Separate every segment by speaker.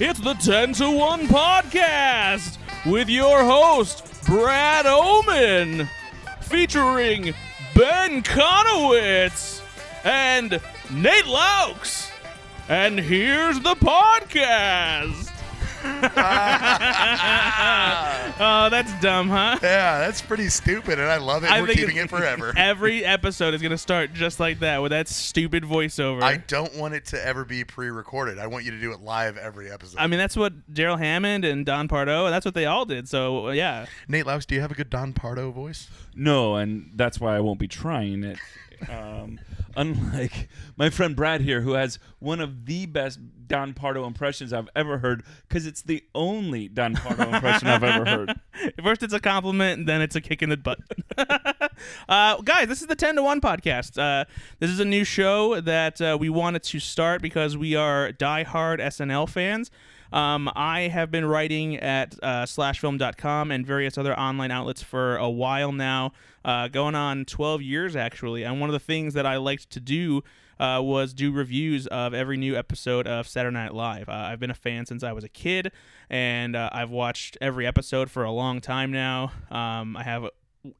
Speaker 1: It's the 10 to 1 podcast with your host, Brad Oman, featuring Ben Conowitz and Nate Laux. And here's the podcast. oh, that's dumb, huh?
Speaker 2: Yeah, that's pretty stupid, and I love it.
Speaker 1: I
Speaker 2: We're
Speaker 1: think
Speaker 2: keeping it forever.
Speaker 1: Every episode is going to start just like that with that stupid voiceover.
Speaker 2: I don't want it to ever be pre-recorded. I want you to do it live every episode.
Speaker 1: I mean, that's what Daryl Hammond and Don Pardo, and that's what they all did. So, yeah.
Speaker 2: Nate Laux, do you have a good Don Pardo voice?
Speaker 3: No, and that's why I won't be trying it. Um, unlike my friend Brad here, who has one of the best Don Pardo impressions I've ever heard, because it's the only Don Pardo impression I've ever heard.
Speaker 1: First, it's a compliment, and then it's a kick in the butt. uh, guys, this is the 10 to 1 podcast. Uh, this is a new show that uh, we wanted to start because we are diehard SNL fans. Um, I have been writing at uh, slashfilm.com and various other online outlets for a while now, uh, going on 12 years actually. And one of the things that I liked to do uh, was do reviews of every new episode of Saturday Night Live. Uh, I've been a fan since I was a kid, and uh, I've watched every episode for a long time now. Um, I have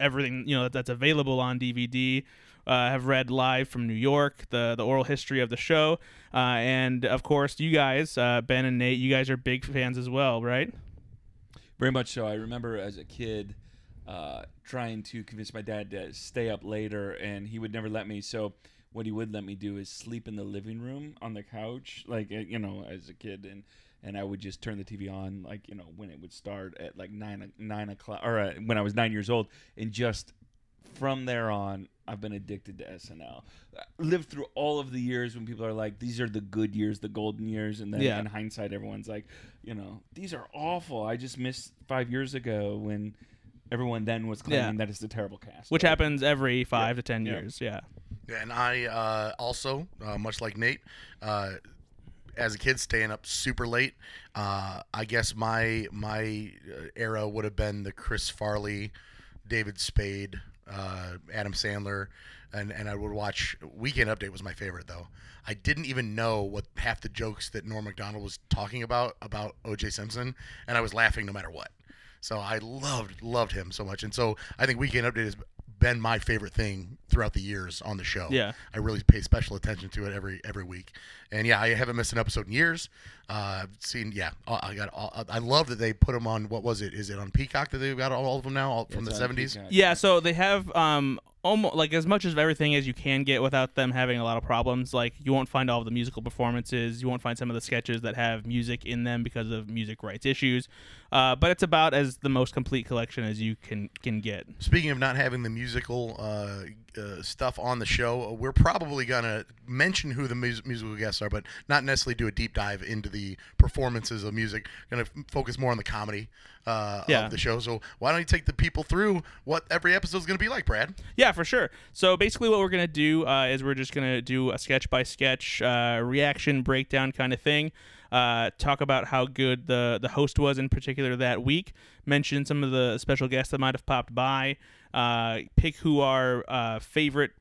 Speaker 1: everything you know that, that's available on DVD. Uh, I have read live from New York the the oral history of the show, uh, and of course you guys, uh, Ben and Nate, you guys are big fans as well, right?
Speaker 3: Very much so. I remember as a kid uh, trying to convince my dad to stay up later, and he would never let me. So what he would let me do is sleep in the living room on the couch, like uh, you know, as a kid, and and I would just turn the TV on, like you know, when it would start at like nine o- nine o'clock, or uh, when I was nine years old, and just from there on, I've been addicted to SNL. I lived through all of the years when people are like, "These are the good years, the golden years," and then
Speaker 1: Yeah.
Speaker 3: in hindsight, everyone's like, "You know, these are awful." I just missed five years ago when everyone then was claiming
Speaker 1: Yeah.
Speaker 3: that it's a terrible cast,
Speaker 1: Which
Speaker 3: Like,
Speaker 1: happens every five to ten years. Yeah.
Speaker 2: And I uh, also, uh, much like Nate, uh, as a kid, staying up super late. Uh, I guess my my uh, era would have been the Chris Farley, David Spade, uh, Adam Sandler, and and I would watch Weekend Update was my favorite though. I didn't even know what half the jokes that Norm Macdonald was talking about about O.J. Simpson, and I was laughing no matter what. So I loved loved him so much, and so I think Weekend Update has been my favorite thing throughout the years on the show.
Speaker 1: Yeah.
Speaker 2: I really pay special attention to it every every week, and yeah, I haven't missed an episode in years. Uh, I've seen, yeah, uh, I got. all- I love that they put them on. What was it? Is it on Peacock that they've got all of them now all, from the
Speaker 3: it's on
Speaker 2: seventies?
Speaker 3: Peacock.
Speaker 1: Yeah, so they have um almost like as much of everything as you can get without them having a lot of problems. Like you won't find all of the musical performances, you won't find some of the sketches that have music in them because of music rights issues. Uh, but it's about as the most complete collection as you can can get.
Speaker 2: Speaking of not having the musical uh, uh, stuff on the show, uh, we're probably gonna mention who the mus- musical guests are, but not necessarily do a deep dive into the performances of music. Gonna f- focus more on the comedy uh,
Speaker 1: Yeah.
Speaker 2: of the show. So why don't you take the people through what every episode is gonna be like, Brad?
Speaker 1: Yeah, for sure. So basically, what we're gonna do uh, is we're just gonna do a sketch by sketch uh, reaction breakdown kind of thing. Uh, talk about how good the the host was in particular that week. Mention some of the special guests that might have popped by. Uh, pick who our uh, favorite.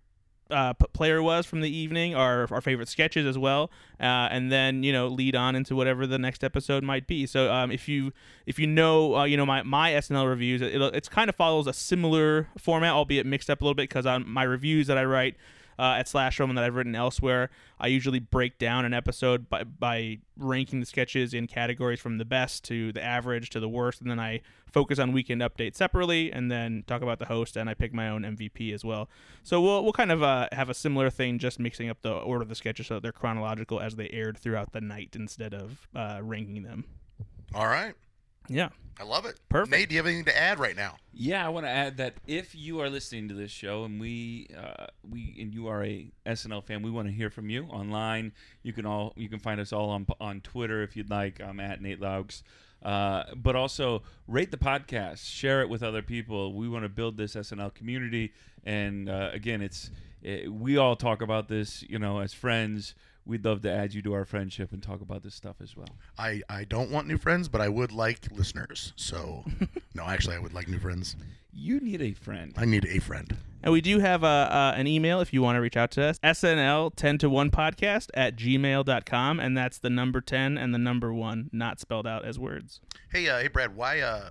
Speaker 1: Uh, p- player was from the evening, our our favorite sketches as well, uh, and then you know lead on into whatever the next episode might be. So um, if you if you know uh, you know my my SNL reviews, it it's kind of follows a similar format, albeit mixed up a little bit because on my reviews that I write uh, at Slash Roman that I've written elsewhere, I usually break down an episode by by ranking the sketches in categories from the best to the average to the worst, and then I focus on Weekend Update separately, and then talk about the host, and I pick my own MVP as well. So we'll we'll kind of uh, have a similar thing, just mixing up the order of the sketches so that they're chronological as they aired throughout the night instead of uh, ranking them.
Speaker 2: All right,
Speaker 1: Yeah.
Speaker 2: I love it.
Speaker 1: Perfect.
Speaker 2: Nate, do you have anything to add right now?
Speaker 3: Yeah, I want to add that if you are listening to this show and we uh, we and you are a SNL fan, we want to hear from you online. You can all you can find us all on on Twitter if you'd like. I'm at Nate Laugs. Uh, but also rate the podcast, share it with other people. We want to build this SNL community, and uh, again, it's eh, we all talk about this, you know, as friends. We'd love to add you to our friendship and talk about this stuff as well.
Speaker 2: I, I don't want new friends, but I would like listeners. So, no, actually, I would like new friends.
Speaker 3: You need a friend.
Speaker 2: I need a friend.
Speaker 1: And we do have a, uh, an email if you want to reach out to us SNL 10 to 1 podcast at gmail.com. And that's the number 10 and the number 1, not spelled out as words.
Speaker 2: Hey, uh, hey, Brad. Why, uh,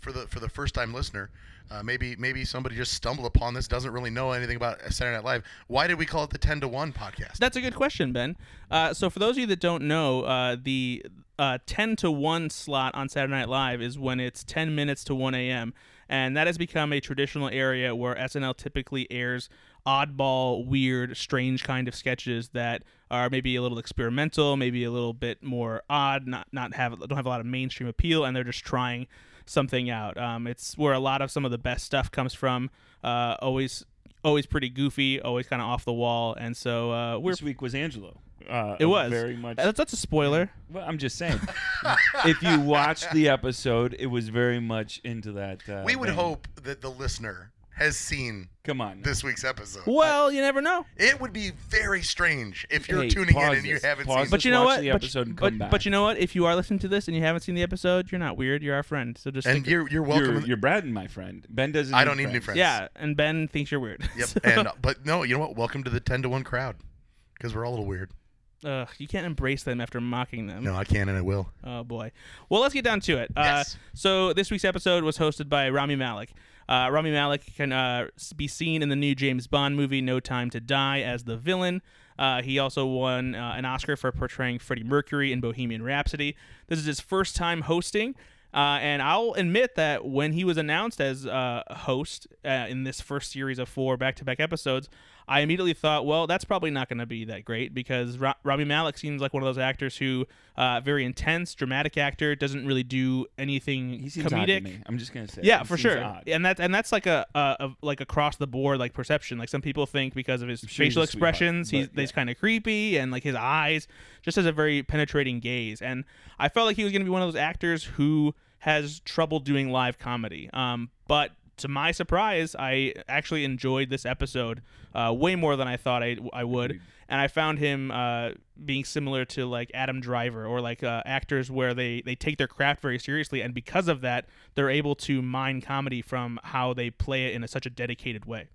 Speaker 2: for the for the first time listener, uh, maybe maybe somebody just stumbled upon this, doesn't really know anything about Saturday Night Live. Why did we call it the Ten to One podcast?
Speaker 1: That's a good question, Ben. Uh, so, for those of you that don't know, uh, the uh, 10 to 1 slot on Saturday Night Live is when it's 10 minutes to 1 a.m. And that has become a traditional area where SNL typically airs oddball, weird, strange kind of sketches that are maybe a little experimental, maybe a little bit more odd, not not have don't have a lot of mainstream appeal, and they're just trying something out. Um, it's where a lot of some of the best stuff comes from. Uh, always always pretty goofy, always kind of off the wall, and so uh, we're
Speaker 3: This week was Angelo. Uh,
Speaker 1: it was
Speaker 3: very much.
Speaker 1: That's, that's a spoiler.
Speaker 3: Well, I'm just saying. if you watched the episode, it was very much into that. Uh,
Speaker 2: we would
Speaker 3: vein.
Speaker 2: hope that the listener has seen
Speaker 3: Come on.
Speaker 2: this week's episode.
Speaker 1: Well, you never know.
Speaker 2: It would be very strange if you're
Speaker 3: Hey,
Speaker 2: tuning in
Speaker 3: pause
Speaker 2: and you
Speaker 3: this.
Speaker 2: haven't
Speaker 3: Pause
Speaker 2: seen.
Speaker 1: But
Speaker 3: Just
Speaker 1: you know
Speaker 3: watch
Speaker 1: what?
Speaker 3: the
Speaker 1: But-
Speaker 3: episode and
Speaker 1: but,
Speaker 3: come back.
Speaker 1: but you know what? If you are listening to this and you haven't seen the episode, you're not weird. You're our friend. So just
Speaker 2: and
Speaker 1: stick-
Speaker 2: you're you're welcome.
Speaker 3: You're, you're Brad and my friend. Ben doesn't.
Speaker 2: I don't need new friends.
Speaker 1: yeah. And Ben thinks you're weird.
Speaker 2: Yep.
Speaker 1: So,
Speaker 2: And uh, but no, you know what? Welcome to the ten to one crowd, because we're all a little weird.
Speaker 1: ugh, you can't embrace them after mocking them.
Speaker 2: No, I can and I will.
Speaker 1: Oh boy. Well, let's get down to it.
Speaker 2: Yes.
Speaker 1: Uh, so this week's episode was hosted by Rami Malik. Uh, Rami Malik can uh, s- be seen in the new James Bond movie No Time to Die as the villain. Uh, he also won uh, an Oscar for portraying Freddie Mercury in Bohemian Rhapsody. This is his first time hosting. Uh, and I'll admit that when he was announced as uh, host uh, in this first series of four back-to-back episodes, I immediately thought, well, that's probably not going to be that great because Ro- Rami Malik seems like one of those actors who uh, very intense, dramatic actor, doesn't really do anything
Speaker 3: He seems
Speaker 1: comedic.
Speaker 3: odd to me. I'm just gonna say.
Speaker 1: Yeah,
Speaker 3: he
Speaker 1: for
Speaker 3: seems
Speaker 1: sure,
Speaker 3: odd.
Speaker 1: and that's and that's like a, a, a like across the board like perception. Like some people think because of his
Speaker 3: sure he's
Speaker 1: facial
Speaker 3: a sweetheart,
Speaker 1: expressions, he's,
Speaker 3: but yeah.
Speaker 1: he's kind of creepy, and like his eyes just has a very penetrating gaze. And I felt like he was going to be one of those actors who has trouble doing live comedy. Um, but to my surprise, I actually enjoyed this episode uh, way more than I thought I, I would, and I found him uh, being similar to like Adam Driver or like uh, actors where they they take their craft very seriously, and because of that, they're able to mine comedy from how they play it in a, such a dedicated way.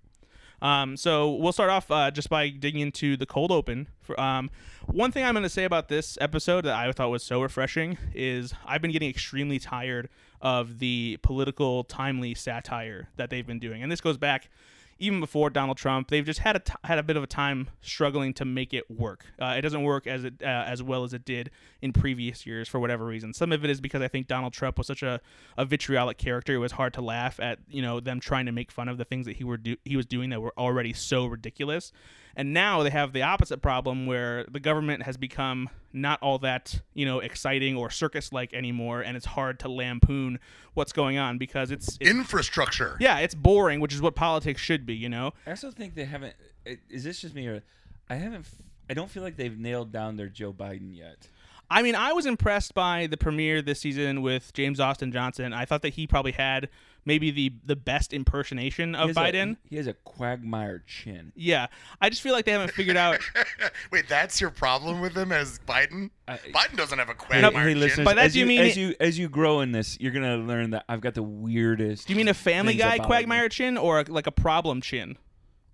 Speaker 1: Um, so we'll start off uh, just by digging into the cold open. For, um, one thing I'm going to say about this episode that I thought was so refreshing is I've been getting extremely tired of the political timely satire that they've been doing, and this goes back even before Donald Trump. They've just had a t- had a bit of a time struggling to make it work. Uh, it doesn't work as it uh, as well as it did in previous years for whatever reason. Some of it is because I think Donald Trump was such a, a vitriolic character. It was hard to laugh at you know them trying to make fun of the things that he were do- he was doing that were already so ridiculous. And now they have the opposite problem where the government has become not all that you know exciting or circus like anymore, and it's hard to lampoon what's going on because it's, it's
Speaker 2: Infrastructure.
Speaker 1: yeah it's boring, which is what politics should be, you know.
Speaker 3: I also think they haven't. i- Is this just me or? I haven't. f- I don't feel like they've nailed down their Joe Biden yet.
Speaker 1: I mean, I was impressed by the premiere this season with James Austin Johnson. I thought that he probably had maybe the the best impersonation of
Speaker 3: He has a-
Speaker 1: Oh, Biden.
Speaker 3: he has a quagmire chin.
Speaker 1: yeah, I just feel like they haven't figured out.
Speaker 2: Wait, that's your problem with him as Biden?
Speaker 3: I-
Speaker 2: Biden doesn't have a
Speaker 3: Hey,
Speaker 2: quagmire.
Speaker 3: hey,
Speaker 2: chin.
Speaker 3: listeners,
Speaker 1: By that
Speaker 3: as
Speaker 1: do you
Speaker 3: you
Speaker 1: mean
Speaker 3: as
Speaker 1: it-
Speaker 3: you as you grow in this, you're gonna learn that I've got the weirdest.
Speaker 1: Do you mean a Family
Speaker 3: things
Speaker 1: Guy
Speaker 3: about me.
Speaker 1: quagmire chin or a, like a problem chin?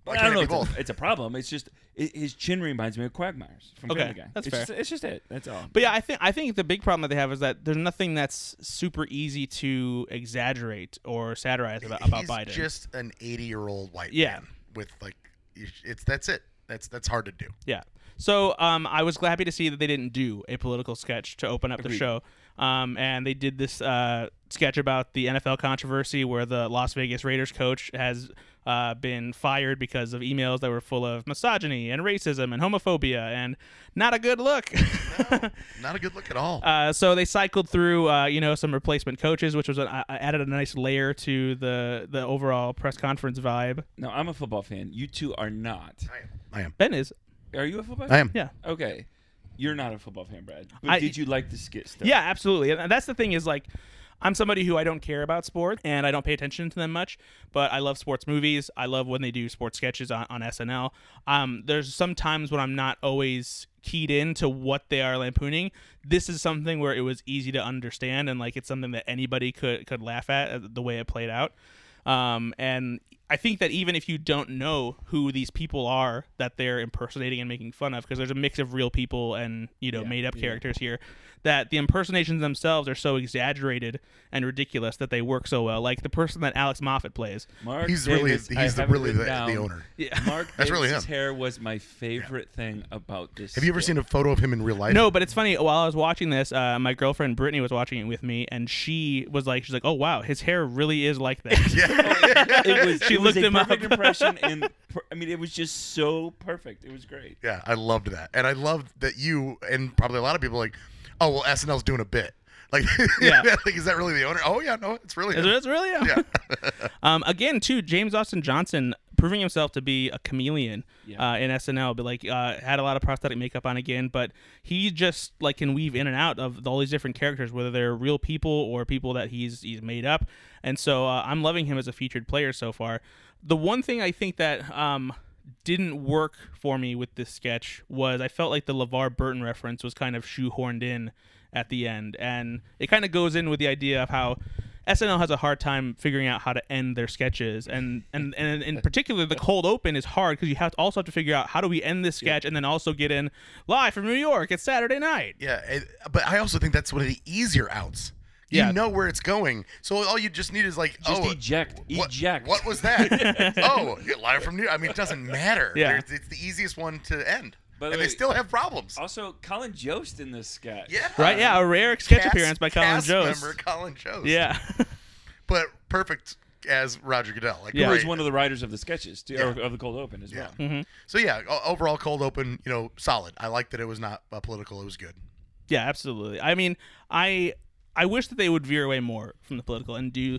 Speaker 2: Why
Speaker 3: I
Speaker 2: can't
Speaker 3: don't know.
Speaker 2: it be
Speaker 3: It's
Speaker 2: both?
Speaker 3: a, it's a problem. It's just it, his chin reminds me of Quagmire's from
Speaker 1: Okay,
Speaker 3: Family Guy.
Speaker 1: that's
Speaker 3: it's
Speaker 1: fair.
Speaker 3: Just, it's just it. That's all.
Speaker 1: But yeah, I think I think the big problem that they have is that there's nothing that's super easy to exaggerate or satirize about, about
Speaker 2: He's
Speaker 1: Biden.
Speaker 2: just an 80 year old white
Speaker 1: Yeah.
Speaker 2: man with like, it's that's it. That's that's hard to do.
Speaker 1: Yeah. So um, I was happy to see that they didn't do a political sketch to open up the
Speaker 3: Agreed.
Speaker 1: show. Um, and they did this uh, sketch about the NFL controversy where the Las Vegas Raiders coach has uh, been fired because of emails that were full of misogyny and racism and homophobia and not a good look.
Speaker 2: Not a good look at all.
Speaker 1: Uh, so they cycled through, uh, you know, some replacement coaches, which was an, uh, added a nice layer to the the overall press conference vibe.
Speaker 3: No, I'm a football fan. You two are not.
Speaker 2: I am. I am.
Speaker 1: Ben is,
Speaker 3: Are you a football?
Speaker 2: I
Speaker 3: fan?
Speaker 2: am.
Speaker 1: yeah,
Speaker 3: Okay, you're not a football fan, Brad. But
Speaker 1: I-
Speaker 3: did you like the skit stuff?
Speaker 1: yeah, absolutely. And that's the thing is like. I'm somebody who I don't care about sports and I don't pay attention to them much, but I love sports movies. I love when they do sports sketches on, on SNL. Um, there's some times when I'm not always keyed in to what they are lampooning. This is something where it was easy to understand and like it's something that anybody could could laugh at uh, the way it played out. Um, and I think that even if you don't know who these people are that they're impersonating and making fun of, because there's a mix of real people and you know
Speaker 3: Yeah,
Speaker 1: made up
Speaker 3: yeah.
Speaker 1: characters here, that the impersonations themselves are so exaggerated and ridiculous that they work so well. Like the person that Alex Moffat plays,
Speaker 3: Mark
Speaker 2: He's really-
Speaker 3: Davis,
Speaker 2: he's
Speaker 3: I
Speaker 2: the-
Speaker 3: have it
Speaker 2: really
Speaker 3: written
Speaker 2: the- the
Speaker 3: down.
Speaker 2: owner.
Speaker 1: Yeah.
Speaker 3: Mark
Speaker 2: That's really
Speaker 3: Davis's
Speaker 2: him.
Speaker 3: hair was my favorite thing about this.
Speaker 2: Have you ever
Speaker 3: skit.
Speaker 2: seen a photo of him in real life?
Speaker 1: No, but it's funny. While I was watching this, uh, my girlfriend Brittany was watching it with me, and she was like, "She's like, oh wow, his hair really is like that."
Speaker 2: Yeah.
Speaker 3: It was.
Speaker 1: She
Speaker 3: it was
Speaker 1: looked
Speaker 3: a
Speaker 1: him up.
Speaker 3: perfect impression, and per- I mean, it was just so perfect. It was great.
Speaker 2: yeah, I loved that, and I loved that you and probably a lot of people are like, oh well, SNL's doing a bit. Like,
Speaker 1: Yeah.
Speaker 2: like is that really the owner? Oh yeah, no, it's really.
Speaker 1: It's,
Speaker 2: him.
Speaker 1: it's really him. um, again, too, James Austin Johnson proving himself to be a chameleon
Speaker 3: Yeah.
Speaker 1: uh, in SNL, but like uh, had a lot of prosthetic makeup on again, but he just like can weave in and out of all these different characters, whether they're real people or people that he's he's made up. And so uh, I'm loving him as a featured player so far. The one thing I think that um, didn't work for me with this sketch was I felt like the LeVar Burton reference was kind of shoehorned in at the end. And it kind of goes in with the idea of how SNL has a hard time figuring out how to end their sketches. And, and, and in particular, the cold open is hard because you have to also have to figure out how do we end this sketch and then also get in live from New York. It's Saturday night.
Speaker 2: Yeah, and- but I also think that's one of the easier outs. You
Speaker 1: Yeah.
Speaker 2: know where it's going, so all you just need is like,
Speaker 3: Just
Speaker 2: oh,
Speaker 3: eject,
Speaker 2: what,
Speaker 3: eject.
Speaker 2: What was that? oh, you're live from New. I mean, it doesn't matter.
Speaker 1: Yeah.
Speaker 2: There's- it's the easiest one to end,
Speaker 3: By the
Speaker 2: and
Speaker 3: way-
Speaker 2: they still have problems.
Speaker 3: Also, Colin Jost in this sketch.
Speaker 2: Yeah.
Speaker 1: uh, Right? Yeah, a rare sketch
Speaker 2: Cast-
Speaker 1: appearance by Colin
Speaker 2: cast
Speaker 1: Jost.
Speaker 2: Member Colin Jost.
Speaker 1: Yeah.
Speaker 2: but perfect as Roger Goodell. Like,
Speaker 1: Yeah.
Speaker 3: Who was
Speaker 2: great.
Speaker 3: one of the writers of the sketches, too, or
Speaker 2: Yeah.
Speaker 3: of the cold open as
Speaker 2: Yeah.
Speaker 3: well.
Speaker 2: So yeah, o- overall cold open, you know, solid. I like that it was not uh, political. It was good.
Speaker 1: Yeah, absolutely. I mean, I I wish that they would veer away more from the political and do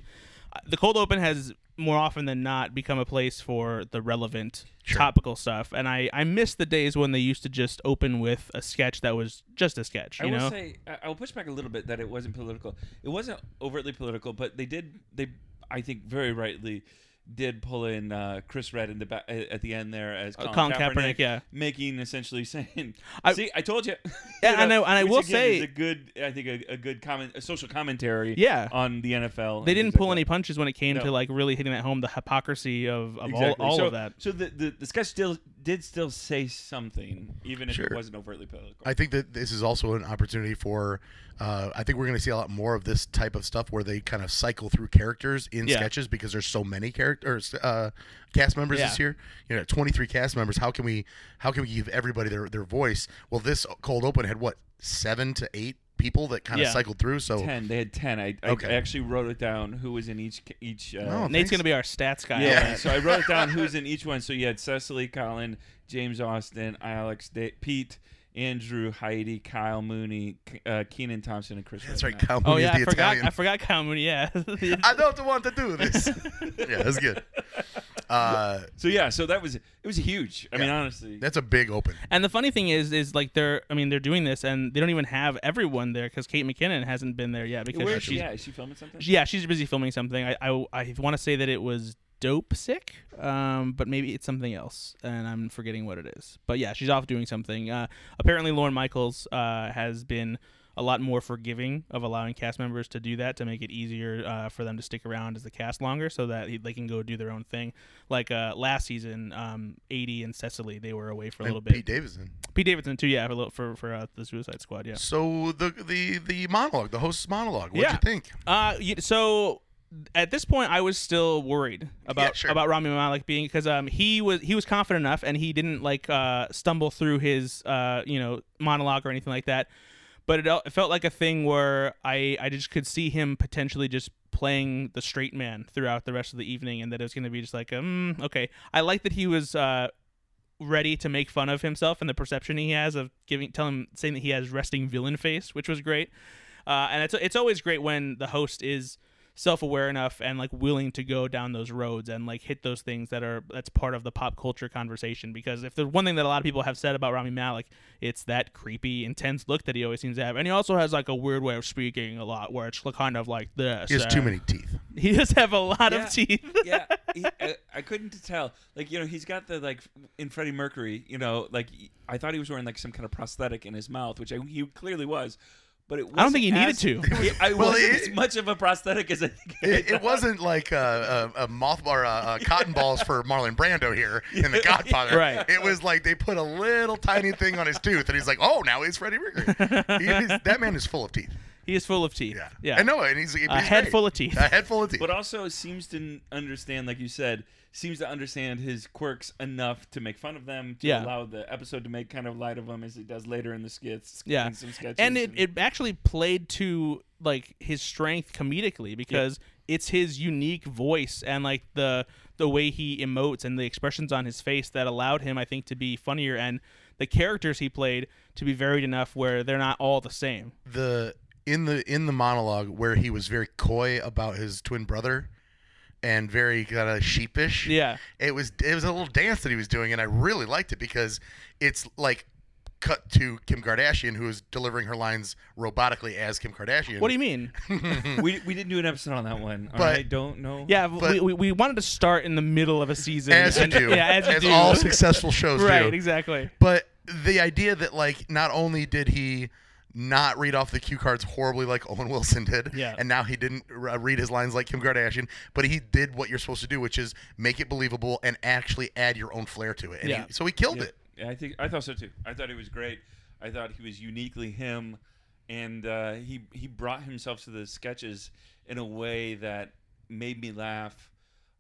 Speaker 1: uh, the cold open has more often than not become a place for the relevant topical stuff and I I miss the days when they used to just open with a sketch that was just a sketch,
Speaker 3: I
Speaker 1: you
Speaker 3: will
Speaker 1: know.
Speaker 3: say I- I'll push back a little bit that it wasn't political. It wasn't overtly political, but they did they I think very rightly did pull in uh, Chris Red in the ba- at the end there as Colin,
Speaker 1: Uh, Colin
Speaker 3: Kaepernick,
Speaker 1: Kaepernick, yeah.
Speaker 3: making essentially saying,
Speaker 1: I-
Speaker 3: "See, I told you."
Speaker 1: Yeah,
Speaker 3: You
Speaker 1: I know, and I
Speaker 3: which
Speaker 1: will
Speaker 3: again
Speaker 1: say-
Speaker 3: is a good I think a, a good comment a social commentary
Speaker 1: Yeah.
Speaker 3: on the NFL.
Speaker 1: they
Speaker 3: and
Speaker 1: didn't
Speaker 3: things
Speaker 1: pull
Speaker 3: like
Speaker 1: any
Speaker 3: that.
Speaker 1: punches when it came
Speaker 3: No.
Speaker 1: to like really hitting that home the hypocrisy of, of
Speaker 3: Exactly.
Speaker 1: all, all
Speaker 3: so,
Speaker 1: of that.
Speaker 3: So the, the, the sketch still did still say something, even if
Speaker 2: Sure.
Speaker 3: it wasn't overtly political.
Speaker 2: I think that this is also an opportunity for. Uh, I think we're going to see a lot more of this type of stuff where they kind of cycle through characters in
Speaker 1: Yeah.
Speaker 2: sketches because there's so many characters, uh, cast members this
Speaker 1: Yeah.
Speaker 2: year. You know, 23 cast members. How can we? How can we give everybody their their voice? Well, this cold open had what seven to eight people that kind of
Speaker 1: Yeah.
Speaker 2: cycled through. So
Speaker 3: ten. They had ten. I, I,
Speaker 2: Oh. Okay.
Speaker 3: I actually wrote it down who was in each each. Uh,
Speaker 2: Oh,
Speaker 1: Nate's
Speaker 2: thanks.
Speaker 1: going to be our stats guy.
Speaker 3: yeah. So I wrote it down who's in each one. So you had Cecily, Colin, James Austin, Alex, da- Pete, Andrew, Heidi, Kyle Mooney, K- uh, Keenan Thompson, and Chris.
Speaker 2: that's right.
Speaker 3: Redknapp.
Speaker 2: Kyle
Speaker 1: Oh
Speaker 2: Mooney is
Speaker 1: yeah, I
Speaker 2: the
Speaker 1: forgot
Speaker 2: Italian.
Speaker 1: I forgot how many yeah.
Speaker 2: I don't want to do this. yeah, that's good. Uh,
Speaker 3: So yeah. So that was it. Was huge. I mean, honestly.
Speaker 2: that's a big open.
Speaker 1: And the funny thing is, is like they're, I mean, they're doing this, and they don't even have everyone there because Kate McKinnon hasn't been there yet because
Speaker 3: Where is
Speaker 1: she's,
Speaker 3: she?
Speaker 1: yeah.
Speaker 3: at? Is she filming something?
Speaker 1: she's busy filming something. I, I, I want to say that it was Dope Sick, um, but maybe it's something else, and I'm forgetting what it is. But yeah, she's off doing something. Uh, apparently, Lauren Michaels uh, has been a lot more forgiving of allowing cast members to do that to make it easier uh, for them to stick around as the cast longer so that he- they can go do their own thing like uh, last season um, 80 and cecily they were away for a little
Speaker 2: And
Speaker 1: bit
Speaker 2: Pete Davidson.
Speaker 1: Pete Davidson too, yeah, for lo- for for uh, the Suicide Squad, yeah.
Speaker 2: So the the the monologue, the host's monologue. What'd
Speaker 1: Yeah.
Speaker 2: you think?
Speaker 1: Uh, y- so at this point, I was still worried about
Speaker 2: sure.
Speaker 1: about Rami Malek being because um he was he was confident enough and he didn't like uh stumble through his uh you know monologue or anything like that, but it, el- it felt like a thing where I I just could see him potentially just playing the straight man throughout the rest of the evening and that it was going to be just like um okay I like that he was uh ready to make fun of himself and the perception he has of giving telling saying that he has resting villain face, which was great. Uh, and it's it's always great when the host is self-aware enough and like willing to go down those roads and like hit those things that are that's part of the pop culture conversation because if there's one thing that a lot of people have said about Rami Malik it's that creepy intense look that he always seems to have and he also has like a weird way of speaking a lot where it's kind of like this
Speaker 2: He has too
Speaker 1: and-
Speaker 2: many teeth.
Speaker 1: he does have a lot
Speaker 3: Yeah.
Speaker 1: of teeth
Speaker 3: yeah, he, I, I couldn't tell. Like you know, he's got the like in Freddie Mercury. You know, like I thought he was wearing like some kind of prosthetic in his mouth, which I, he clearly was. But it
Speaker 1: I don't think he
Speaker 3: wasn't
Speaker 1: needed
Speaker 3: as-
Speaker 1: to.
Speaker 3: It- I
Speaker 2: Well,
Speaker 3: wasn't
Speaker 2: it-
Speaker 3: as much of a prosthetic as I think. I
Speaker 2: It, it
Speaker 3: thought.
Speaker 2: wasn't like uh, a, a moth or uh, uh, cotton balls for Marlon Brando here in The Godfather.
Speaker 1: Right.
Speaker 2: It was like they put a little tiny thing on his tooth, and he's like, "Oh, now he's Freddie Mercury." He is, that man is full of teeth.
Speaker 1: he is full of teeth
Speaker 2: Yeah,
Speaker 1: yeah
Speaker 2: I know, and he's, he's
Speaker 1: a head
Speaker 2: great.
Speaker 1: full of teeth
Speaker 2: a head full of teeth.
Speaker 3: But also seems to n- understand, like you said, seems to understand his quirks enough to make fun of them, to
Speaker 1: Yeah.
Speaker 3: allow the episode to make kind of light of them as he does later in the skits.
Speaker 1: Yeah.
Speaker 3: in some sketches.
Speaker 1: and it, it actually played to like his strength comedically because it's his unique voice and like the the way he emotes and the expressions on his face that allowed him i think to be funnier and the characters he played to be varied enough where they're not all the same
Speaker 2: the in the in the monologue where he was very coy about his twin brother and very kind of sheepish.
Speaker 1: yeah
Speaker 2: It was it was a little dance that he was doing, and I really liked it because it's like cut to Kim Kardashian, who is delivering her lines robotically as Kim Kardashian.
Speaker 1: what do you mean
Speaker 3: we, we didn't do an episode on that one.
Speaker 2: But-
Speaker 3: I don't know.
Speaker 1: yeah but,
Speaker 2: But-
Speaker 1: we, we, we wanted to start in the middle of a season
Speaker 2: as you
Speaker 1: and-
Speaker 2: do,
Speaker 1: yeah as, you do.
Speaker 2: all successful shows
Speaker 1: right
Speaker 2: do.
Speaker 1: exactly
Speaker 2: But the idea that like not only did he not read off the cue cards horribly like Owen Wilson did,
Speaker 1: Yeah.
Speaker 2: and now he didn't r- read his lines like Kim Kardashian, but he did what you're supposed to do, which is make it believable and actually add your own flair to it. And
Speaker 1: Yeah.
Speaker 2: he, so he killed
Speaker 3: Yeah,
Speaker 2: it.
Speaker 3: yeah, I think I thought so too. I thought he was great. I thought he was uniquely him, and uh, he he brought himself to the sketches in a way that made me laugh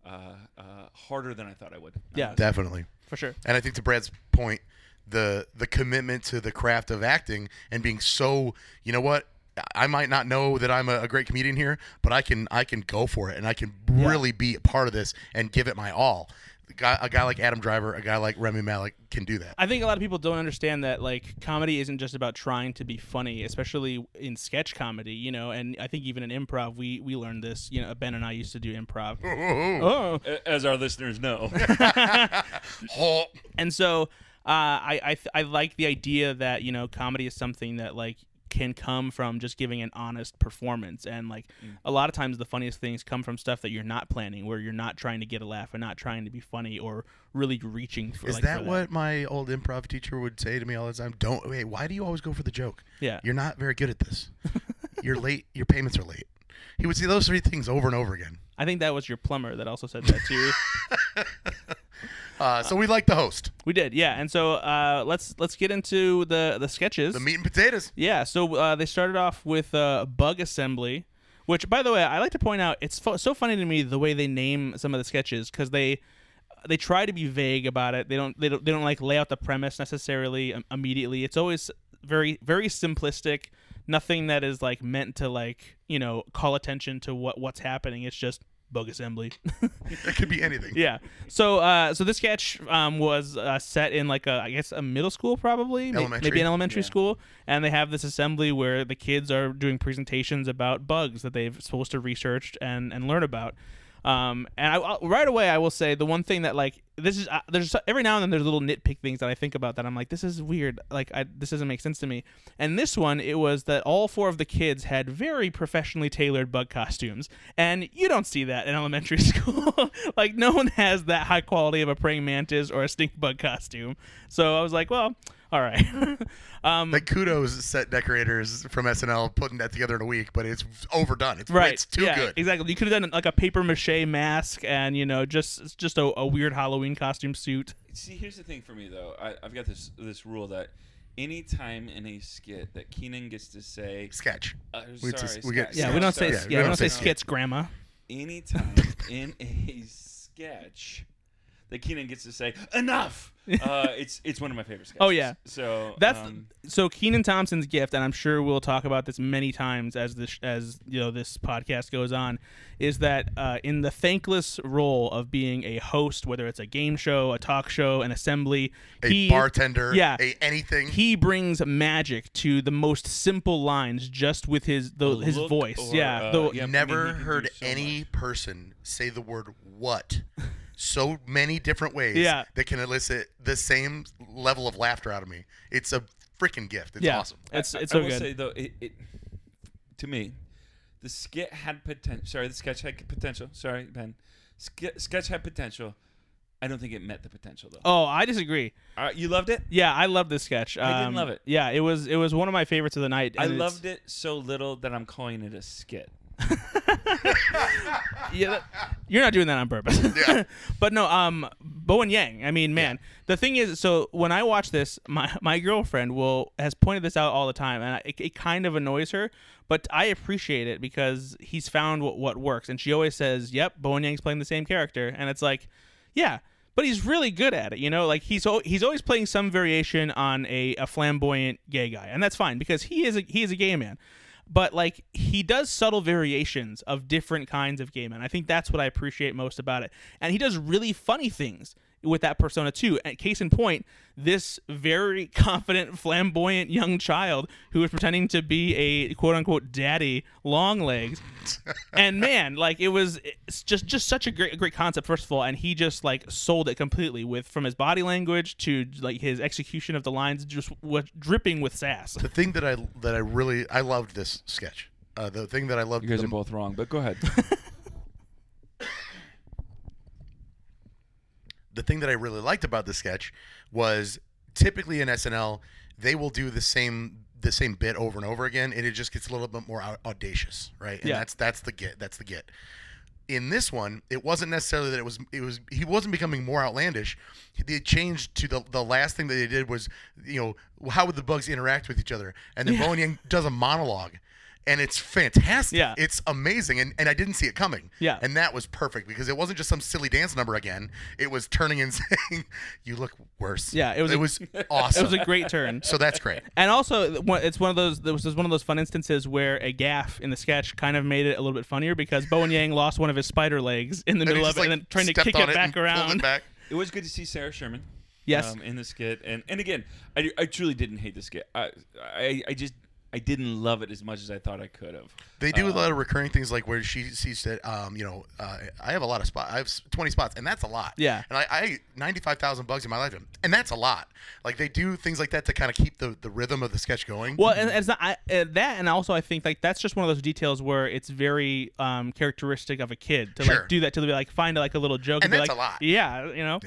Speaker 3: uh, uh, harder than I thought I would.
Speaker 1: Yeah.
Speaker 2: Definitely.
Speaker 1: for sure
Speaker 2: And I think to Brad's point, the the commitment to the craft of acting and being so, you know what, I might not know that I'm a, a great comedian here, but I can I can go for it and I can really be a part of this and give it my all. A guy, a guy like Adam Driver, a guy like Remy Malik can do that.
Speaker 1: I think a lot of people don't understand that like comedy isn't just about trying to be funny, especially in sketch comedy, you know. And I think even in improv, we we learned this. You know, Ben and I used to do improv.
Speaker 2: Mm.
Speaker 1: Oh,
Speaker 3: A- Uh, As our listeners know,
Speaker 2: Oh,
Speaker 1: and so uh, I I, th- I like the idea that you know comedy is something that like can come from just giving an honest performance and like
Speaker 2: Mm.
Speaker 1: a lot of times the funniest things come from stuff that you're not planning where you're not trying to get a laugh and not trying to be funny or really reaching for
Speaker 2: is
Speaker 1: like, for
Speaker 2: that what my old improv teacher would say to me all the time? Don't wait. Why do you always go for the joke?
Speaker 1: yeah
Speaker 2: You're not very good at this. You're late. Your payments are late. He would say those three things over and over again.
Speaker 1: I think that was your plumber that also said that to you
Speaker 2: Uh, so we like the host,
Speaker 1: We did, yeah. And so uh, let's let's get into the the sketches.
Speaker 2: the meat and potatoes.
Speaker 1: yeah. So uh, they started off with uh, bug assembly, which, by the way, I like to point out it's fo- so funny to me the way they name some of the sketches because they they try to be vague about it. They don't they don't they don't like lay out the premise necessarily um, immediately. It's always very very simplistic. Nothing that is like meant to like you know call attention to what what's happening. It's just bug assembly.
Speaker 2: It could be anything.
Speaker 1: Yeah. So, uh, so this sketch um, was uh, set in like a, I guess, a middle school probably, May-
Speaker 2: Elementary.
Speaker 1: maybe an elementary
Speaker 3: Yeah.
Speaker 1: school, and they have this assembly where the kids are doing presentations about bugs that they've supposed to research and and learn about. Um, and I, I'll- right away, I will say the one thing that like this is uh, there's every now and then there's little nitpick things that I think about that I'm like this is weird like I, this doesn't make sense to me. And this one it was that all four of the kids had very professionally tailored bug costumes, and you don't see that in elementary school. like no one has that high quality of a praying mantis or a stink bug costume. So I was like, well, all right. um,
Speaker 2: Like kudos set decorators from SNL putting that together in a week, but it's overdone. It's
Speaker 1: right.
Speaker 2: it's too
Speaker 1: yeah,
Speaker 2: good.
Speaker 1: Exactly. You could have done like a paper mache mask and you know just just a, a weird Halloween costume suit.
Speaker 3: see, here's the thing for me though. I, I've got this this rule that any time in a skit that Keenan gets to say,
Speaker 2: Sketch.
Speaker 3: uh,
Speaker 2: We
Speaker 3: sorry,
Speaker 2: just- we get-
Speaker 3: sketch,
Speaker 1: Yeah,
Speaker 2: Yeah,
Speaker 1: we don't say
Speaker 3: sorry,
Speaker 1: yeah, we
Speaker 2: we don't
Speaker 1: don't say
Speaker 2: say
Speaker 1: skits, Grandma.
Speaker 3: anytime in a sketch that Keenan gets to say enough. Uh, it's it's one of my favorite sketches.
Speaker 1: Oh, yeah.
Speaker 3: So
Speaker 1: That's
Speaker 3: um,
Speaker 1: so Keenan Thompson's gift, and I'm sure we'll talk about this many times as this as you know this podcast goes on, is that uh, in the thankless role of being a host, whether it's a game show, a talk show, an assembly,
Speaker 2: a
Speaker 1: he,
Speaker 2: bartender,
Speaker 1: yeah.
Speaker 2: a anything.
Speaker 1: he brings magic to the most simple lines just with his the,
Speaker 3: the
Speaker 1: his
Speaker 3: look
Speaker 1: voice.
Speaker 3: or,
Speaker 1: yeah,
Speaker 3: uh,
Speaker 1: the-
Speaker 3: yeah, I mean,
Speaker 2: Never
Speaker 3: he can do
Speaker 2: heard
Speaker 3: so
Speaker 2: any
Speaker 3: much.
Speaker 2: person say the word what so many different ways
Speaker 1: Yeah.
Speaker 2: that can elicit the same level of laughter out of me. It's a freaking gift. It's
Speaker 1: yeah.
Speaker 2: awesome.
Speaker 1: It's it's
Speaker 3: I,
Speaker 1: so
Speaker 3: I will
Speaker 1: good.
Speaker 3: say though, it, it to me, the skit had potential. Sorry, the sketch had potential. Sorry, Ben. Ske- sketch had potential. I don't think it met the potential though.
Speaker 1: oh, I disagree.
Speaker 3: All right, you loved it.
Speaker 1: Yeah, I love this sketch.
Speaker 3: I didn't
Speaker 1: Um,
Speaker 3: love it.
Speaker 1: Yeah, it was it was one of my favorites of the night.
Speaker 3: I
Speaker 1: and it's-
Speaker 3: loved it so little that I'm calling it a skit.
Speaker 1: yeah, that- you're not doing that on purpose.
Speaker 2: Yeah.
Speaker 1: but no, um, Bowen Yang. I mean, man, the thing is, so when I watch this, my my girlfriend will has pointed this out all the time, and I, it, it kind of annoys her. But I appreciate it because he's found what what works, and she always says, "Yep, Bowen Yang's playing the same character," and it's like, yeah. But he's really good at it, you know. Like he's al- he's always playing some variation on a, a flamboyant gay guy, and that's fine because he is a, he is a gay man but like he does subtle variations of different kinds of gay men. I think that's what I appreciate most about it. And he does really funny things with that persona too. And case in point, this very confident, flamboyant young child who is pretending to be a quote unquote daddy long legs. and man, like it was it's just just such a great great concept first of all and he just like sold it completely with from his body language to like his execution of the lines just was dripping with sass.
Speaker 2: The thing that I that I really I loved this sketch. Uh, the thing that I loved
Speaker 3: You guys
Speaker 2: the
Speaker 3: are both wrong, but go ahead.
Speaker 2: the thing that I really liked about the sketch was typically in SNL they will do the same the same bit over and over again, and it just gets a little bit more au- audacious, right? And
Speaker 1: Yeah.
Speaker 2: that's that's the get. That's the get. In this one, it wasn't necessarily that it was it was he wasn't becoming more outlandish. They changed to the the last thing that they did was you know how would the bugs interact with each other, and then Bowen Yang does a monologue. And it's fantastic.
Speaker 1: Yeah.
Speaker 2: It's amazing. And, and I didn't see it coming.
Speaker 1: Yeah.
Speaker 2: And that was perfect because it wasn't just some silly dance number again. It was turning and saying, "You look worse."
Speaker 1: Yeah, it was
Speaker 2: It
Speaker 1: a-
Speaker 2: was
Speaker 1: It
Speaker 2: awesome.
Speaker 1: was a great turn.
Speaker 2: so that's great.
Speaker 1: And also, one- it's one of those. There was one of those fun instances where a gaff in the sketch kind of made it a little bit funnier because Bowen Yang lost one of his spider legs in the
Speaker 2: he
Speaker 1: middle
Speaker 2: just,
Speaker 1: of it,
Speaker 2: like,
Speaker 1: and then trying to
Speaker 2: stepped
Speaker 1: kick
Speaker 2: on
Speaker 1: it back
Speaker 2: and pulled
Speaker 1: around.
Speaker 2: It back.
Speaker 3: it was good to see Sarah Sherman.
Speaker 1: Yes.
Speaker 3: um, in the skit, and and again, I, I truly didn't hate the skit. I, I I just I didn't love it as much as I thought I could have.
Speaker 2: They do
Speaker 1: Uh.
Speaker 2: a lot of recurring things like where she she said, um, you know, uh, I have a lot of spots. I have s- 20 spots, and that's a lot.
Speaker 1: Yeah.
Speaker 2: And I, I ate 95,000 bugs in my lifetime, and that's a lot. Like they do things like that to kind of keep the, the rhythm of the sketch going.
Speaker 1: Well, and it's not I, uh, that, and also I think like that's just one of those details where it's very um, characteristic of a kid to
Speaker 2: Sure.
Speaker 1: like do that to be like find like a little joke,
Speaker 2: And
Speaker 1: be
Speaker 2: that's
Speaker 1: like,
Speaker 2: a lot.
Speaker 1: yeah, you know.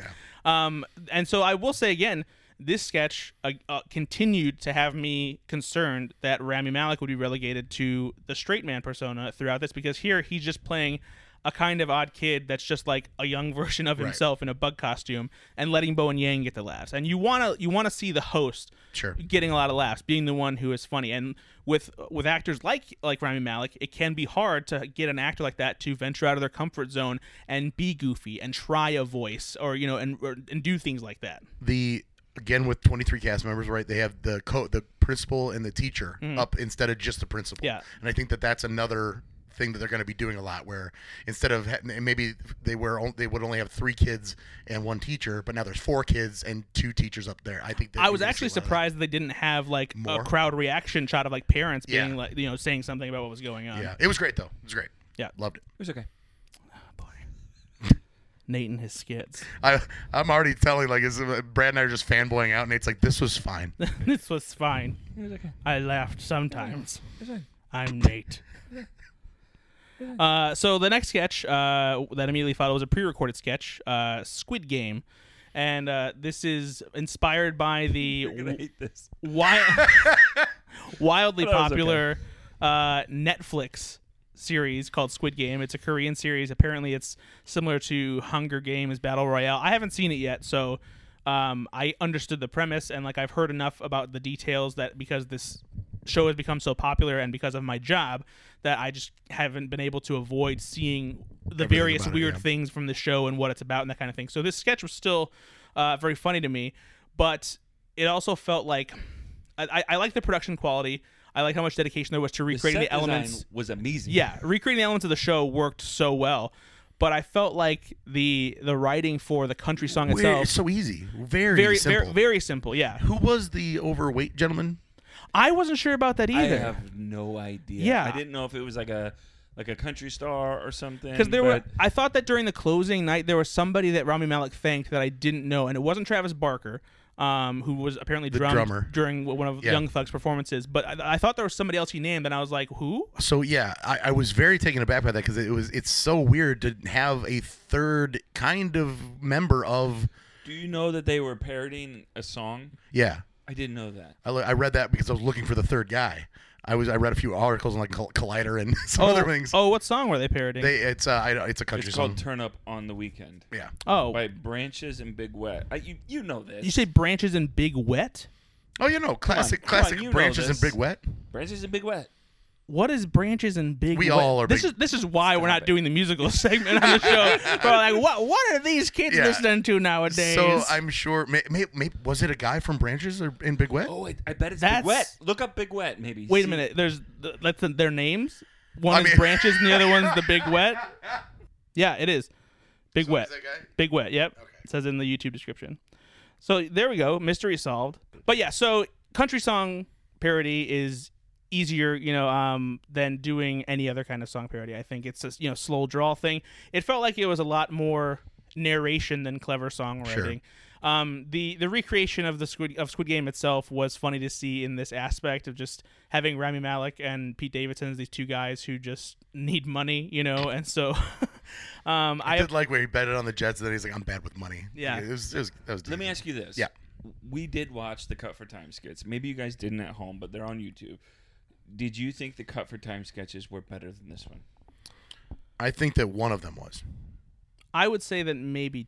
Speaker 1: Um, and so I will say again, this sketch uh, uh, continued to have me concerned that Rami Malik would be relegated to the straight man persona throughout this because here he's just playing. A kind of odd kid that's just like a young version of himself in a bug costume, and letting Bo and Yang get the laughs. And you wanna you wanna see the host
Speaker 2: Sure.
Speaker 1: getting a lot of laughs, being the one who is funny. And with with actors like like Rami Malik, it can be hard to get an actor like that to venture out of their comfort zone and be goofy and try a voice or you know and or, and do things like that.
Speaker 2: the again with 23 cast members right they have the co the principal and the teacher up instead of just the principal
Speaker 1: Mm-hmm. Yeah.
Speaker 2: and i think that that's another thing that they're going to be doing a lot where instead of ha- and maybe they were on- they would only have three kids and one teacher but now there's four kids and two teachers up there i think that
Speaker 1: I
Speaker 2: you're
Speaker 1: was
Speaker 2: gonna see
Speaker 1: actually
Speaker 2: a lot of that.
Speaker 1: surprised that they didn't have like a
Speaker 2: More?
Speaker 1: crowd reaction shot of like parents
Speaker 2: Yeah.
Speaker 1: being like you know saying something about what was going on.
Speaker 2: yeah it was great though it was great
Speaker 1: Yeah.
Speaker 2: loved it
Speaker 3: It was okay.
Speaker 1: Boy. Nate and his skits.
Speaker 2: i i'm already telling like it's, brad and i are just fanboying out and it's like this was fine
Speaker 1: this was fine.
Speaker 3: It was okay.
Speaker 1: I laughed sometimes.
Speaker 3: It was okay.
Speaker 1: I'm Nate. Uh, so the next sketch uh, that immediately followed was a pre-recorded sketch, uh, Squid Game, and uh, this is inspired by the
Speaker 3: You're gonna hate this.
Speaker 1: wi- wildly
Speaker 3: That was okay.
Speaker 1: popular uh, Netflix series called Squid Game. It's a Korean series. Apparently, it's similar to Hunger Games Battle Royale. I haven't seen it yet, so um, I understood the premise and like I've heard enough about the details that because this show has become so popular and because of my job that I just haven't been able to avoid seeing the
Speaker 2: Everything
Speaker 1: various
Speaker 2: about it,
Speaker 1: weird
Speaker 2: yeah.
Speaker 1: things from the show and what it's about and that kind of thing. So this sketch was still uh, very funny to me, but it also felt like I, I, I like the production quality. I like how much dedication there was to recreating the,
Speaker 3: set design
Speaker 1: elements.
Speaker 3: was amazing.
Speaker 1: Yeah, recreating the elements of the show worked so well, but I felt like the the writing for the country song
Speaker 2: Where-
Speaker 1: itself
Speaker 2: it's so easy. Very,
Speaker 1: very
Speaker 2: simple.
Speaker 1: very very simple. Yeah,
Speaker 2: Who was the overweight gentleman?
Speaker 1: I wasn't sure about that
Speaker 3: I
Speaker 1: either.
Speaker 3: have no idea.
Speaker 1: Yeah.
Speaker 3: I didn't know if it was like a like a country star or something.
Speaker 1: Because there
Speaker 3: but
Speaker 1: were, I thought that during the closing night there was somebody that Rami Malek thanked that I didn't know, and it wasn't Travis Barker, um, who was apparently drummed
Speaker 2: drummer.
Speaker 1: during one of
Speaker 2: Yeah.
Speaker 1: Young Thug's performances. But I, I thought there was somebody else he named, and I was like, who?
Speaker 2: So yeah, I, I was very taken aback by that because it was it's so weird to have a third kind of member of
Speaker 3: do you know that they were parodying a song?
Speaker 2: yeah.
Speaker 3: I didn't know that.
Speaker 2: I, lo- I read that because I was looking for the third guy. I was I read a few articles on like Col- Collider and some other things.
Speaker 1: Oh, what song were they parodying?
Speaker 2: They it's uh, I, don't- it's a country
Speaker 3: It's
Speaker 2: song.
Speaker 3: called "Turn Up on the Weekend"
Speaker 2: yeah,
Speaker 1: oh,
Speaker 3: by Branches and Big Wet. I, you you know this.
Speaker 1: you say branches and big wet?
Speaker 2: Oh, you know, classic,
Speaker 3: come on,
Speaker 2: classic
Speaker 3: you know
Speaker 2: branches and
Speaker 3: this.
Speaker 2: big wet.
Speaker 3: Branches and Big Wet.
Speaker 1: What is branches and big?
Speaker 2: We
Speaker 1: wet?
Speaker 2: all are
Speaker 1: This
Speaker 2: big-
Speaker 1: is this is why we're not
Speaker 3: it.
Speaker 1: doing the musical segment on the show. We're like, what? What are these kids
Speaker 2: Yeah.
Speaker 1: listening to nowadays?
Speaker 2: So I'm sure. May, may, may, was it a guy from Branches or in Big Wet?
Speaker 3: Oh, I, I bet it's
Speaker 1: That's-
Speaker 3: Big Wet. Look up Big Wet, maybe.
Speaker 1: Wait a
Speaker 3: See-
Speaker 1: minute. There's th- that's the, their names. One
Speaker 2: I
Speaker 1: is
Speaker 2: mean-
Speaker 1: branches, and the other one's the big wet. Yeah, it is. Big wet.
Speaker 2: guy?
Speaker 1: Big wet. Yep. It says in the YouTube description. So there we go. Mystery solved. But yeah, so country song parody is easier, you know, um, than doing any other kind of song parody. I think it's this, you know, slow draw thing. It felt like it was a lot more narration than clever songwriting. Um, the the recreation of the Squid of Squid Game itself was funny to see in this aspect of just having Rami Malik and Pete Davidson as these two guys who just need money, you know, and so um,
Speaker 2: I
Speaker 1: I
Speaker 2: did like where he betted on the Jets, and then he's like, "I'm bad with money."
Speaker 1: Yeah.
Speaker 2: it was. It was that was
Speaker 3: Let me
Speaker 2: decent.
Speaker 3: ask you this.
Speaker 2: Yeah.
Speaker 3: We did watch the Cut for Time skits. Maybe you guys didn't at home, but they're on YouTube. Did you think the Cut for Time sketches were better than this one?
Speaker 2: I think that one of them was.
Speaker 1: I would say that maybe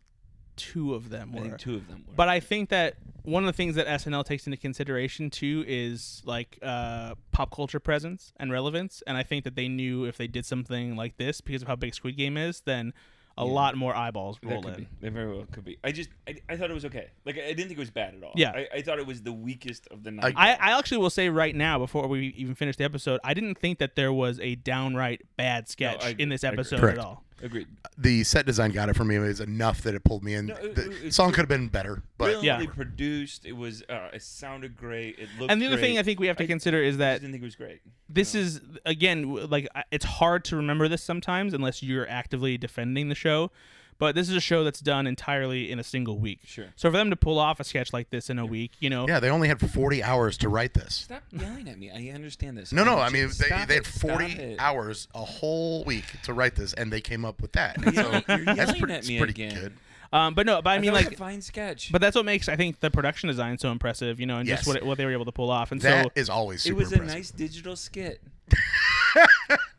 Speaker 1: two of them
Speaker 3: I
Speaker 1: were.
Speaker 3: think two of them were.
Speaker 1: But I think that one of the things that SNL takes into consideration too is like uh, pop culture presence and relevance. And I think that they knew if they did something like this because of how big Squid Game is, then a lot more eyeballs
Speaker 3: that
Speaker 1: roll
Speaker 3: could
Speaker 1: in.
Speaker 3: be. That very well could be. I just, I, I thought it was okay. Like, I didn't think it was bad at all.
Speaker 1: Yeah.
Speaker 3: I, I thought it was the weakest of the nine.
Speaker 1: I, I actually will say right now, before we even finish the episode, I didn't think that there was a downright bad sketch
Speaker 3: I agree.
Speaker 1: in this
Speaker 3: I agree.
Speaker 1: episode at
Speaker 2: Correct.
Speaker 1: all.
Speaker 3: Agreed.
Speaker 2: The set design got it for me. It was enough that it pulled me in.
Speaker 3: No, it-
Speaker 2: the
Speaker 3: it-
Speaker 2: song could have been better, but
Speaker 3: Brilliantly
Speaker 1: Yeah.
Speaker 3: produced. It was, uh, it sounded great. It looked
Speaker 1: And the other thing
Speaker 3: great.
Speaker 1: I think we have to
Speaker 3: I-
Speaker 1: consider is
Speaker 3: I
Speaker 1: that
Speaker 3: just didn't think it was great.
Speaker 1: this is again w- like I- it's hard to remember this sometimes unless you're actively defending the show but this is a show that's done entirely in a single week
Speaker 3: Sure.
Speaker 1: so for them to pull off a sketch like this in a week you know
Speaker 2: yeah, they only had 40 hours to write this.
Speaker 3: Stop yelling at me. I understand this.
Speaker 2: No, no. I mean, they,
Speaker 3: Stop
Speaker 2: they
Speaker 3: it.
Speaker 2: had
Speaker 3: Stop
Speaker 2: 40
Speaker 3: it.
Speaker 2: hours, a whole week to write this, and they came up with that. And
Speaker 3: You're
Speaker 2: so
Speaker 3: yelling- you're
Speaker 2: that's
Speaker 3: yelling
Speaker 2: pretty,
Speaker 3: at
Speaker 2: it's
Speaker 3: me
Speaker 2: pretty
Speaker 3: again.
Speaker 2: good.
Speaker 1: um but no but i mean
Speaker 3: That was a
Speaker 1: like
Speaker 3: fine sketch.
Speaker 1: but that's what makes i think the production design so impressive you know and just
Speaker 2: Yes.
Speaker 1: what, it- what they were able to pull off and
Speaker 2: That
Speaker 1: so
Speaker 2: is always super
Speaker 3: it was
Speaker 2: impressive.
Speaker 3: a nice digital skit.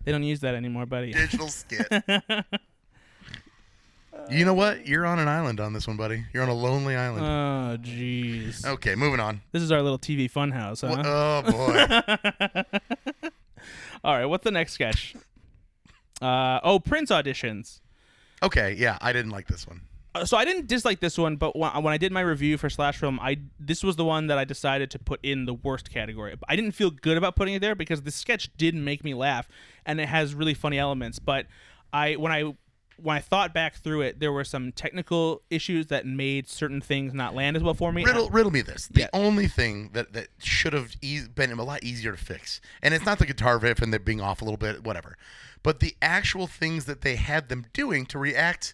Speaker 1: they don't use that anymore buddy
Speaker 2: digital skit. you know what? You're on an island on this one, buddy. You're on a lonely island.
Speaker 3: Uh.
Speaker 1: oh jeez
Speaker 2: okay, moving on.
Speaker 1: this is our little tv funhouse huh
Speaker 3: Uh-huh.
Speaker 2: Wha- Oh boy.
Speaker 1: all right what's the next sketch uh oh prince auditions
Speaker 2: okay, yeah, I didn't like this one.
Speaker 1: Uh, so I didn't dislike this one, but when when I did my review for Slash Film, I this was the one that I decided to put in the worst category. I didn't feel good about putting it there because the sketch did make me laugh, and it has really funny elements. But I when I when I thought back through it, there were some technical issues that made certain things not land as well for me.
Speaker 2: Riddle, riddle me this. The
Speaker 1: Yeah.
Speaker 2: only thing that, that should have eas been a lot easier to fix, and it's not the guitar riff and it being off a little bit, whatever, but the actual things that they had them doing to react,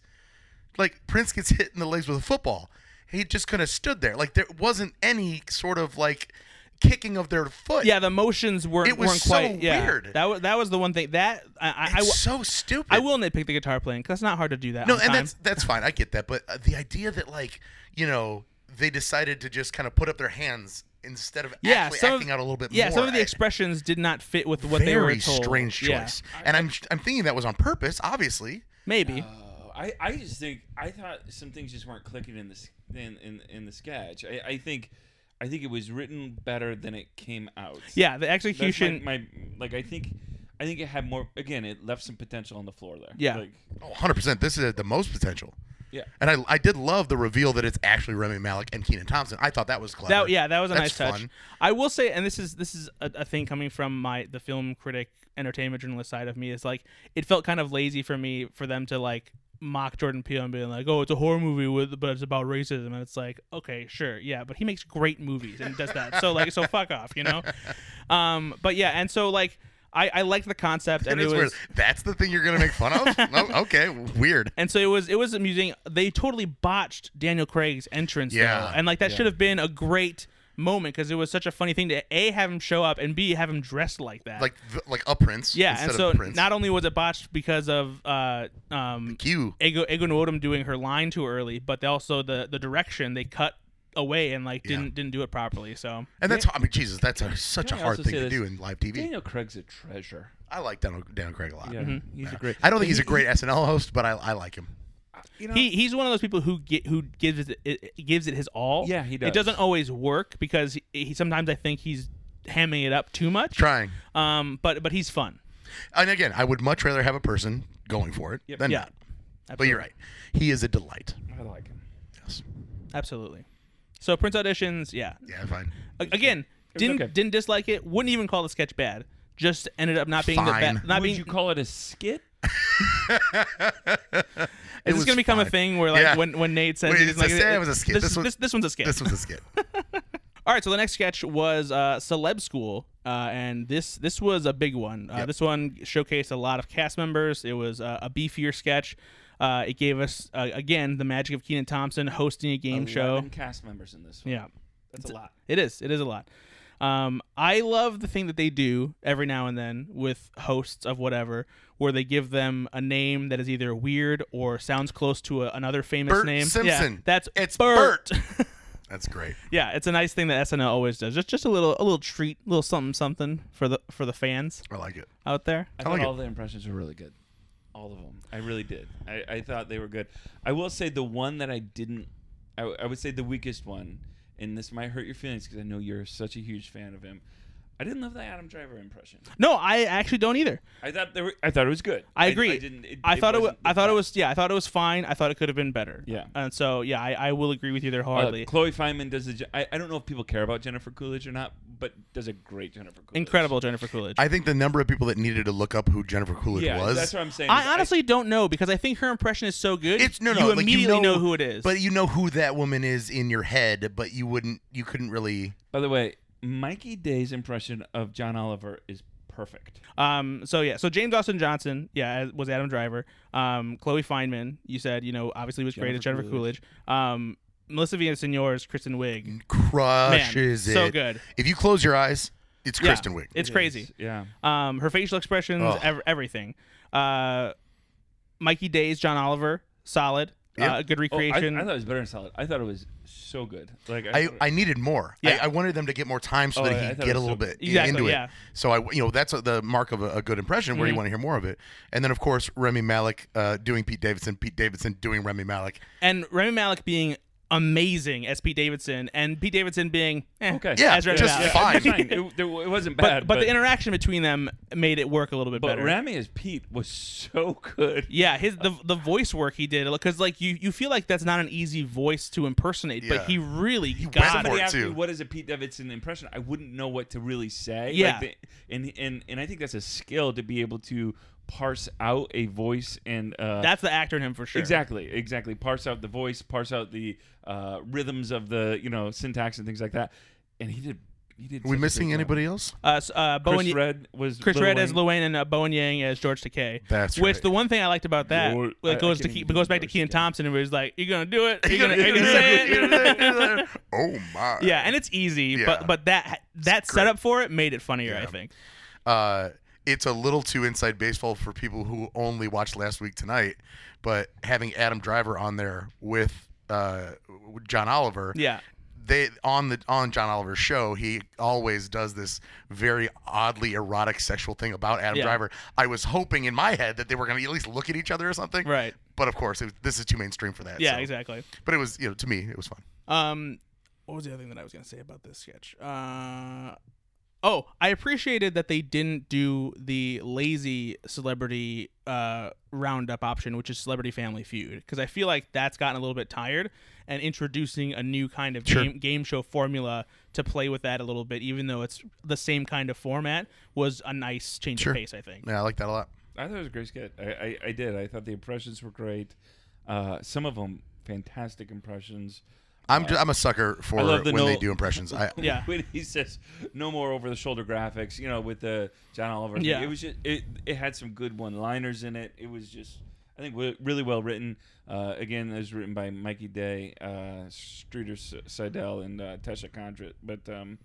Speaker 2: like Prince gets hit in the legs with a football. He just kind of stood there. Like there wasn't any sort of like kicking of their foot.
Speaker 1: yeah, the motions weren't
Speaker 2: It was
Speaker 1: weren't
Speaker 2: so
Speaker 1: quite yeah.
Speaker 2: weird.
Speaker 1: That was that was the one thing that I I, I
Speaker 2: It's
Speaker 1: w-
Speaker 2: so stupid.
Speaker 1: I will nitpick the guitar playing because that's not hard to do that.
Speaker 2: No,
Speaker 1: on
Speaker 2: and
Speaker 1: time.
Speaker 2: that's that's fine. I get that, but uh, the idea that like you know they decided to just kind of put up their hands instead of
Speaker 1: yeah,
Speaker 2: actually
Speaker 1: some
Speaker 2: acting
Speaker 1: of,
Speaker 2: out a little bit
Speaker 1: yeah,
Speaker 2: more.
Speaker 1: some of the
Speaker 2: I-
Speaker 1: expressions did not fit with what
Speaker 2: very
Speaker 1: they were told.
Speaker 2: strange
Speaker 1: Yeah,
Speaker 2: choice, and I'm I'm thinking that was on purpose, obviously.
Speaker 1: maybe.
Speaker 3: Oh, I, I just think I thought some things just weren't clicking in this in in, in the sketch. I, I think I think it was written better than it came out.
Speaker 1: Yeah, the
Speaker 3: That's my-
Speaker 1: execution.
Speaker 3: my, like I think I think it had more again, it left some potential on the floor there.
Speaker 1: Yeah.
Speaker 3: Like
Speaker 2: Oh, 100%. This is the most potential.
Speaker 3: Yeah.
Speaker 2: And I, I did love the reveal that it's actually Remy Malik and Keenan Thompson. I thought that was clever.
Speaker 1: That, yeah, that was a nice
Speaker 2: That's
Speaker 1: touch.
Speaker 2: fun.
Speaker 1: I will say, and this is this is a, a thing coming from my the film critic, entertainment journalist side of me is like it felt kind of lazy for me for them to like mock Jordan Peele and being like, oh, it's a horror movie with but it's about racism, and it's like, okay, sure, yeah, but he makes great movies and does that, so like, so fuck off, you know. Um, but yeah, and so like. I, I liked the concept, and
Speaker 2: And
Speaker 1: it
Speaker 2: it's
Speaker 1: was
Speaker 2: weird. That's the thing you're going to make fun of? no, okay, weird.
Speaker 1: And so it was it was amusing. They totally botched Daniel Craig's entrance.
Speaker 2: Yeah.
Speaker 1: Though. And like that should have been a great moment because it was such a funny thing to A have him show up and B have him dressed like that.
Speaker 2: Like th- like a prince
Speaker 1: yeah,
Speaker 2: instead
Speaker 1: and so
Speaker 2: of prince.
Speaker 1: not only was it botched because of uh um
Speaker 2: Q.
Speaker 1: Ego Ego Nwodum doing her line too early, but they also the the direction they cut away and like
Speaker 2: Yeah.
Speaker 1: didn't didn't do it properly. So
Speaker 2: And that's, I mean, Jesus, that's a, such a
Speaker 3: Can I
Speaker 2: hard
Speaker 3: also
Speaker 2: thing
Speaker 3: say
Speaker 2: to
Speaker 3: this?
Speaker 2: do in live TV.
Speaker 3: Daniel Craig's a treasure.
Speaker 2: I like Daniel, Daniel Craig a lot.
Speaker 1: Mm-hmm.
Speaker 3: Yeah. He's a great
Speaker 2: I don't think he's a
Speaker 3: he-
Speaker 2: great SNL host, but I, I like him.
Speaker 3: you know,
Speaker 1: he he's one of those people who get who gives it, it gives it his all.
Speaker 3: Yeah, he
Speaker 1: It
Speaker 3: does.
Speaker 1: doesn't always work because he, he sometimes I think he's hamming it up too much.
Speaker 2: Trying.
Speaker 1: Um, but but he's fun.
Speaker 2: And again, I would much rather have a person going for it than
Speaker 1: Yeah.
Speaker 2: not. But you're right. He is a delight.
Speaker 3: I like him.
Speaker 2: Yes.
Speaker 1: Absolutely. So Prince auditions, yeah.
Speaker 2: Yeah, fine.
Speaker 1: A- again,
Speaker 3: was
Speaker 1: didn't
Speaker 3: okay.
Speaker 1: didn't dislike it. Wouldn't even call the sketch bad. Just ended up not being
Speaker 2: Fine.
Speaker 1: the best. Not
Speaker 3: Would
Speaker 1: being.
Speaker 3: you call it a skit?
Speaker 2: It
Speaker 1: is this
Speaker 2: was
Speaker 1: gonna become a
Speaker 2: fine.
Speaker 1: thing where like
Speaker 2: Yeah.
Speaker 1: when, when Nate says
Speaker 2: Wait,
Speaker 1: he's
Speaker 2: it's
Speaker 1: like,
Speaker 2: a- that was a skit.
Speaker 1: This
Speaker 2: This
Speaker 1: is-
Speaker 2: one-
Speaker 1: this, this one's a skit.
Speaker 2: This was a skit.
Speaker 1: All right, so the next sketch was uh, Celeb School, uh, and this this was a big one. Uh,
Speaker 2: Yep.
Speaker 1: This one showcased a lot of cast members. It was uh, a beefier sketch. Uh, it gave us uh, again the magic of Keenan Thompson hosting a game show.
Speaker 3: 11 cast members in this one.
Speaker 1: Yeah,
Speaker 3: That's a lot.
Speaker 1: It is. It is a lot. Um, I love the thing that they do every now and then with hosts of whatever, where they give them a name that is either weird or sounds close to a, another famous
Speaker 2: Bert
Speaker 1: name. Yeah,
Speaker 2: Simpson.
Speaker 1: that's
Speaker 2: It's
Speaker 1: Bert.
Speaker 2: That's great.
Speaker 1: yeah, it's a nice thing that SNL always does. Just just a little a little treat, little something something for the for the fans
Speaker 2: I like it.
Speaker 1: out there.
Speaker 3: I,
Speaker 2: I like
Speaker 3: thought
Speaker 2: it.
Speaker 3: all the impressions were really good. All of them. I really did. I, I thought they were good. I will say the one that I didn't, I, w- I would say the weakest one, and this might hurt your feelings because I know you're such a huge fan of him. I didn't love the Adam Driver impression.
Speaker 1: No, I actually don't either.
Speaker 3: I thought they were, I thought it was good.
Speaker 1: I agree. I,
Speaker 3: didn't. It,
Speaker 1: thought it. Was,
Speaker 3: wasn't the
Speaker 1: I thought it
Speaker 3: best.
Speaker 1: was. Yeah, I thought it was fine. I thought it could have been better.
Speaker 3: Yeah.
Speaker 1: And so yeah, I, I will agree with you there
Speaker 3: Uh,
Speaker 1: hardly.
Speaker 3: Chloe Feynman does. A, I, I don't know if people care about Jennifer Coolidge or not, but does a great Jennifer Coolidge.
Speaker 1: Incredible Jennifer Coolidge.
Speaker 2: I think the number of people that needed to look up who Jennifer Coolidge
Speaker 3: Yeah,
Speaker 2: was.
Speaker 3: that's what I'm saying. is
Speaker 1: I honestly don't know because I think her impression is so good.
Speaker 2: it's no, no.
Speaker 1: You
Speaker 2: like,
Speaker 1: immediately
Speaker 2: know,
Speaker 1: who it is.
Speaker 2: but you know who that woman is in your head, but you wouldn't, you couldn't really.
Speaker 3: by the way, Mikey Day's impression of John Oliver is perfect.
Speaker 1: um, so yeah, so James Austin Johnson, yeah, as- was Adam Driver. Um, Chloe Feynman, you said, you know, obviously was great as
Speaker 3: Jennifer
Speaker 1: Jennifer Coolidge. Um, Melissa Villaseñor is Kristen
Speaker 2: Mm,
Speaker 1: Wiig. Man,
Speaker 2: Crushes
Speaker 1: so
Speaker 2: it.
Speaker 1: good.
Speaker 2: If you close your eyes, it's
Speaker 1: Yeah,
Speaker 2: Kristen Wiig.
Speaker 1: It's crazy.
Speaker 3: Yeah.
Speaker 1: Um, her facial expressions,
Speaker 2: Ugh.
Speaker 1: ev- everything. Uh, Mikey Days, John Oliver, solid.
Speaker 2: Yeah.
Speaker 1: Uh, good
Speaker 3: Oh, I-
Speaker 1: recreation.
Speaker 3: I, thought it was better than solid. I thought it was so good. Like
Speaker 2: I,
Speaker 3: thought-
Speaker 2: I needed more.
Speaker 1: Yeah.
Speaker 2: I, I wanted them to get more time so
Speaker 3: Oh, I- I
Speaker 2: that he'd
Speaker 3: thought it
Speaker 2: get a
Speaker 3: was
Speaker 2: little
Speaker 3: so-
Speaker 2: bit
Speaker 1: Exactly,
Speaker 2: into
Speaker 1: yeah.
Speaker 2: it. So I, you know, that's a, the mark of a, a good impression where
Speaker 3: Mm-hmm.
Speaker 2: you want to hear more of it. And then of course Remy Malik uh, doing Pete Davidson, Pete Davidson doing Remy Malik.
Speaker 1: and Remy Malik being amazing as Pete Davidson, and Pete Davidson being eh,
Speaker 3: okay.
Speaker 2: Yeah,
Speaker 1: As Remy
Speaker 2: just
Speaker 1: Malek.
Speaker 2: fine.
Speaker 3: Fine. It, there- it wasn't
Speaker 1: but,
Speaker 3: bad.
Speaker 1: but the interaction between them made it work a little bit
Speaker 3: but
Speaker 1: better.
Speaker 3: Rami as Pete was so good.
Speaker 1: yeah, his the the voice work he did because like you you feel like that's not an easy voice to impersonate, but
Speaker 2: Yeah.
Speaker 1: he really
Speaker 2: went
Speaker 1: got
Speaker 2: for
Speaker 1: it.
Speaker 3: Somebody
Speaker 2: it,
Speaker 3: asked me
Speaker 2: too.
Speaker 3: what is a Pete Davidson impression. I wouldn't know what to really say. Like,
Speaker 1: Yeah.
Speaker 3: the- and and and I think that's a skill to be able to parse out a voice and uh,
Speaker 1: That's the actor in him for sure.
Speaker 3: Exactly, exactly. Parse out the voice, parse out the uh, rhythms of the you know syntax and things like that. And he did. He did.
Speaker 2: Are we
Speaker 3: such a
Speaker 2: missing
Speaker 3: good job.
Speaker 2: anybody else?
Speaker 1: Uh, s- uh,
Speaker 3: Oh, Chris
Speaker 1: Bowen,
Speaker 3: Red was
Speaker 1: Chris
Speaker 3: Lil
Speaker 1: Red
Speaker 3: Wayne.
Speaker 1: as Luane and uh, Bowen Yang as George Takei.
Speaker 2: That's
Speaker 1: which
Speaker 2: right.
Speaker 1: the one thing I liked about that
Speaker 3: Lord-
Speaker 1: well,
Speaker 3: I- I
Speaker 1: it goes to
Speaker 3: can't
Speaker 1: Ke-
Speaker 3: even
Speaker 1: it goes
Speaker 3: do
Speaker 1: back to
Speaker 3: George
Speaker 1: Keenan
Speaker 3: Takei.
Speaker 1: Thompson, where he's like, "You're gonna do it. You're gonna, you're gonna say it."
Speaker 2: oh my.
Speaker 1: yeah, and it's easy, but
Speaker 2: Yeah.
Speaker 1: but that that
Speaker 2: great.
Speaker 1: setup for it made it funnier. I
Speaker 2: Yeah.
Speaker 1: think.
Speaker 2: Uh, it's a little too inside baseball for people who only watched last week tonight, but having Adam Driver on there with uh, with John Oliver,
Speaker 1: Yeah.
Speaker 2: they on the on John Oliver's show, he always does this very oddly erotic sexual thing about Adam
Speaker 1: Yeah.
Speaker 2: Driver. I was hoping in my head that they were going to at least look at each other or something,
Speaker 1: Right.
Speaker 2: But of course, it, this is too mainstream for that.
Speaker 1: Yeah.
Speaker 2: so-
Speaker 1: Exactly.
Speaker 2: But it was, you know, to me, it was fun.
Speaker 1: Um, what was the other thing that I was going to say about this sketch? Uh, oh, I appreciated that they didn't do the lazy celebrity uh, roundup option, which is Celebrity Family Feud, because I feel like that's gotten a little bit tired. And introducing a new kind of
Speaker 2: Sure.
Speaker 1: game, game show formula to play with that a little bit, even though it's the same kind of format, was a nice change
Speaker 2: Sure.
Speaker 1: of pace. I think.
Speaker 2: Yeah, I like that a lot.
Speaker 3: I thought it was a great skit. I, I, I did. I thought the impressions were great. Uh, some of them fantastic impressions.
Speaker 2: I'm ju- I'm a sucker for
Speaker 3: I love the
Speaker 2: when they
Speaker 3: no-
Speaker 2: do impressions. I,
Speaker 1: Yeah.
Speaker 3: when he says no more over the shoulder graphics, you know, with the John Oliver. Thing.
Speaker 1: Yeah.
Speaker 3: It was just it. It had some good one liners in it. It was just I think w- really well written. Uh, again, it was written by Mikey Day, uh, Streeter S- Seidel, and uh, Tesha Condrit. But um,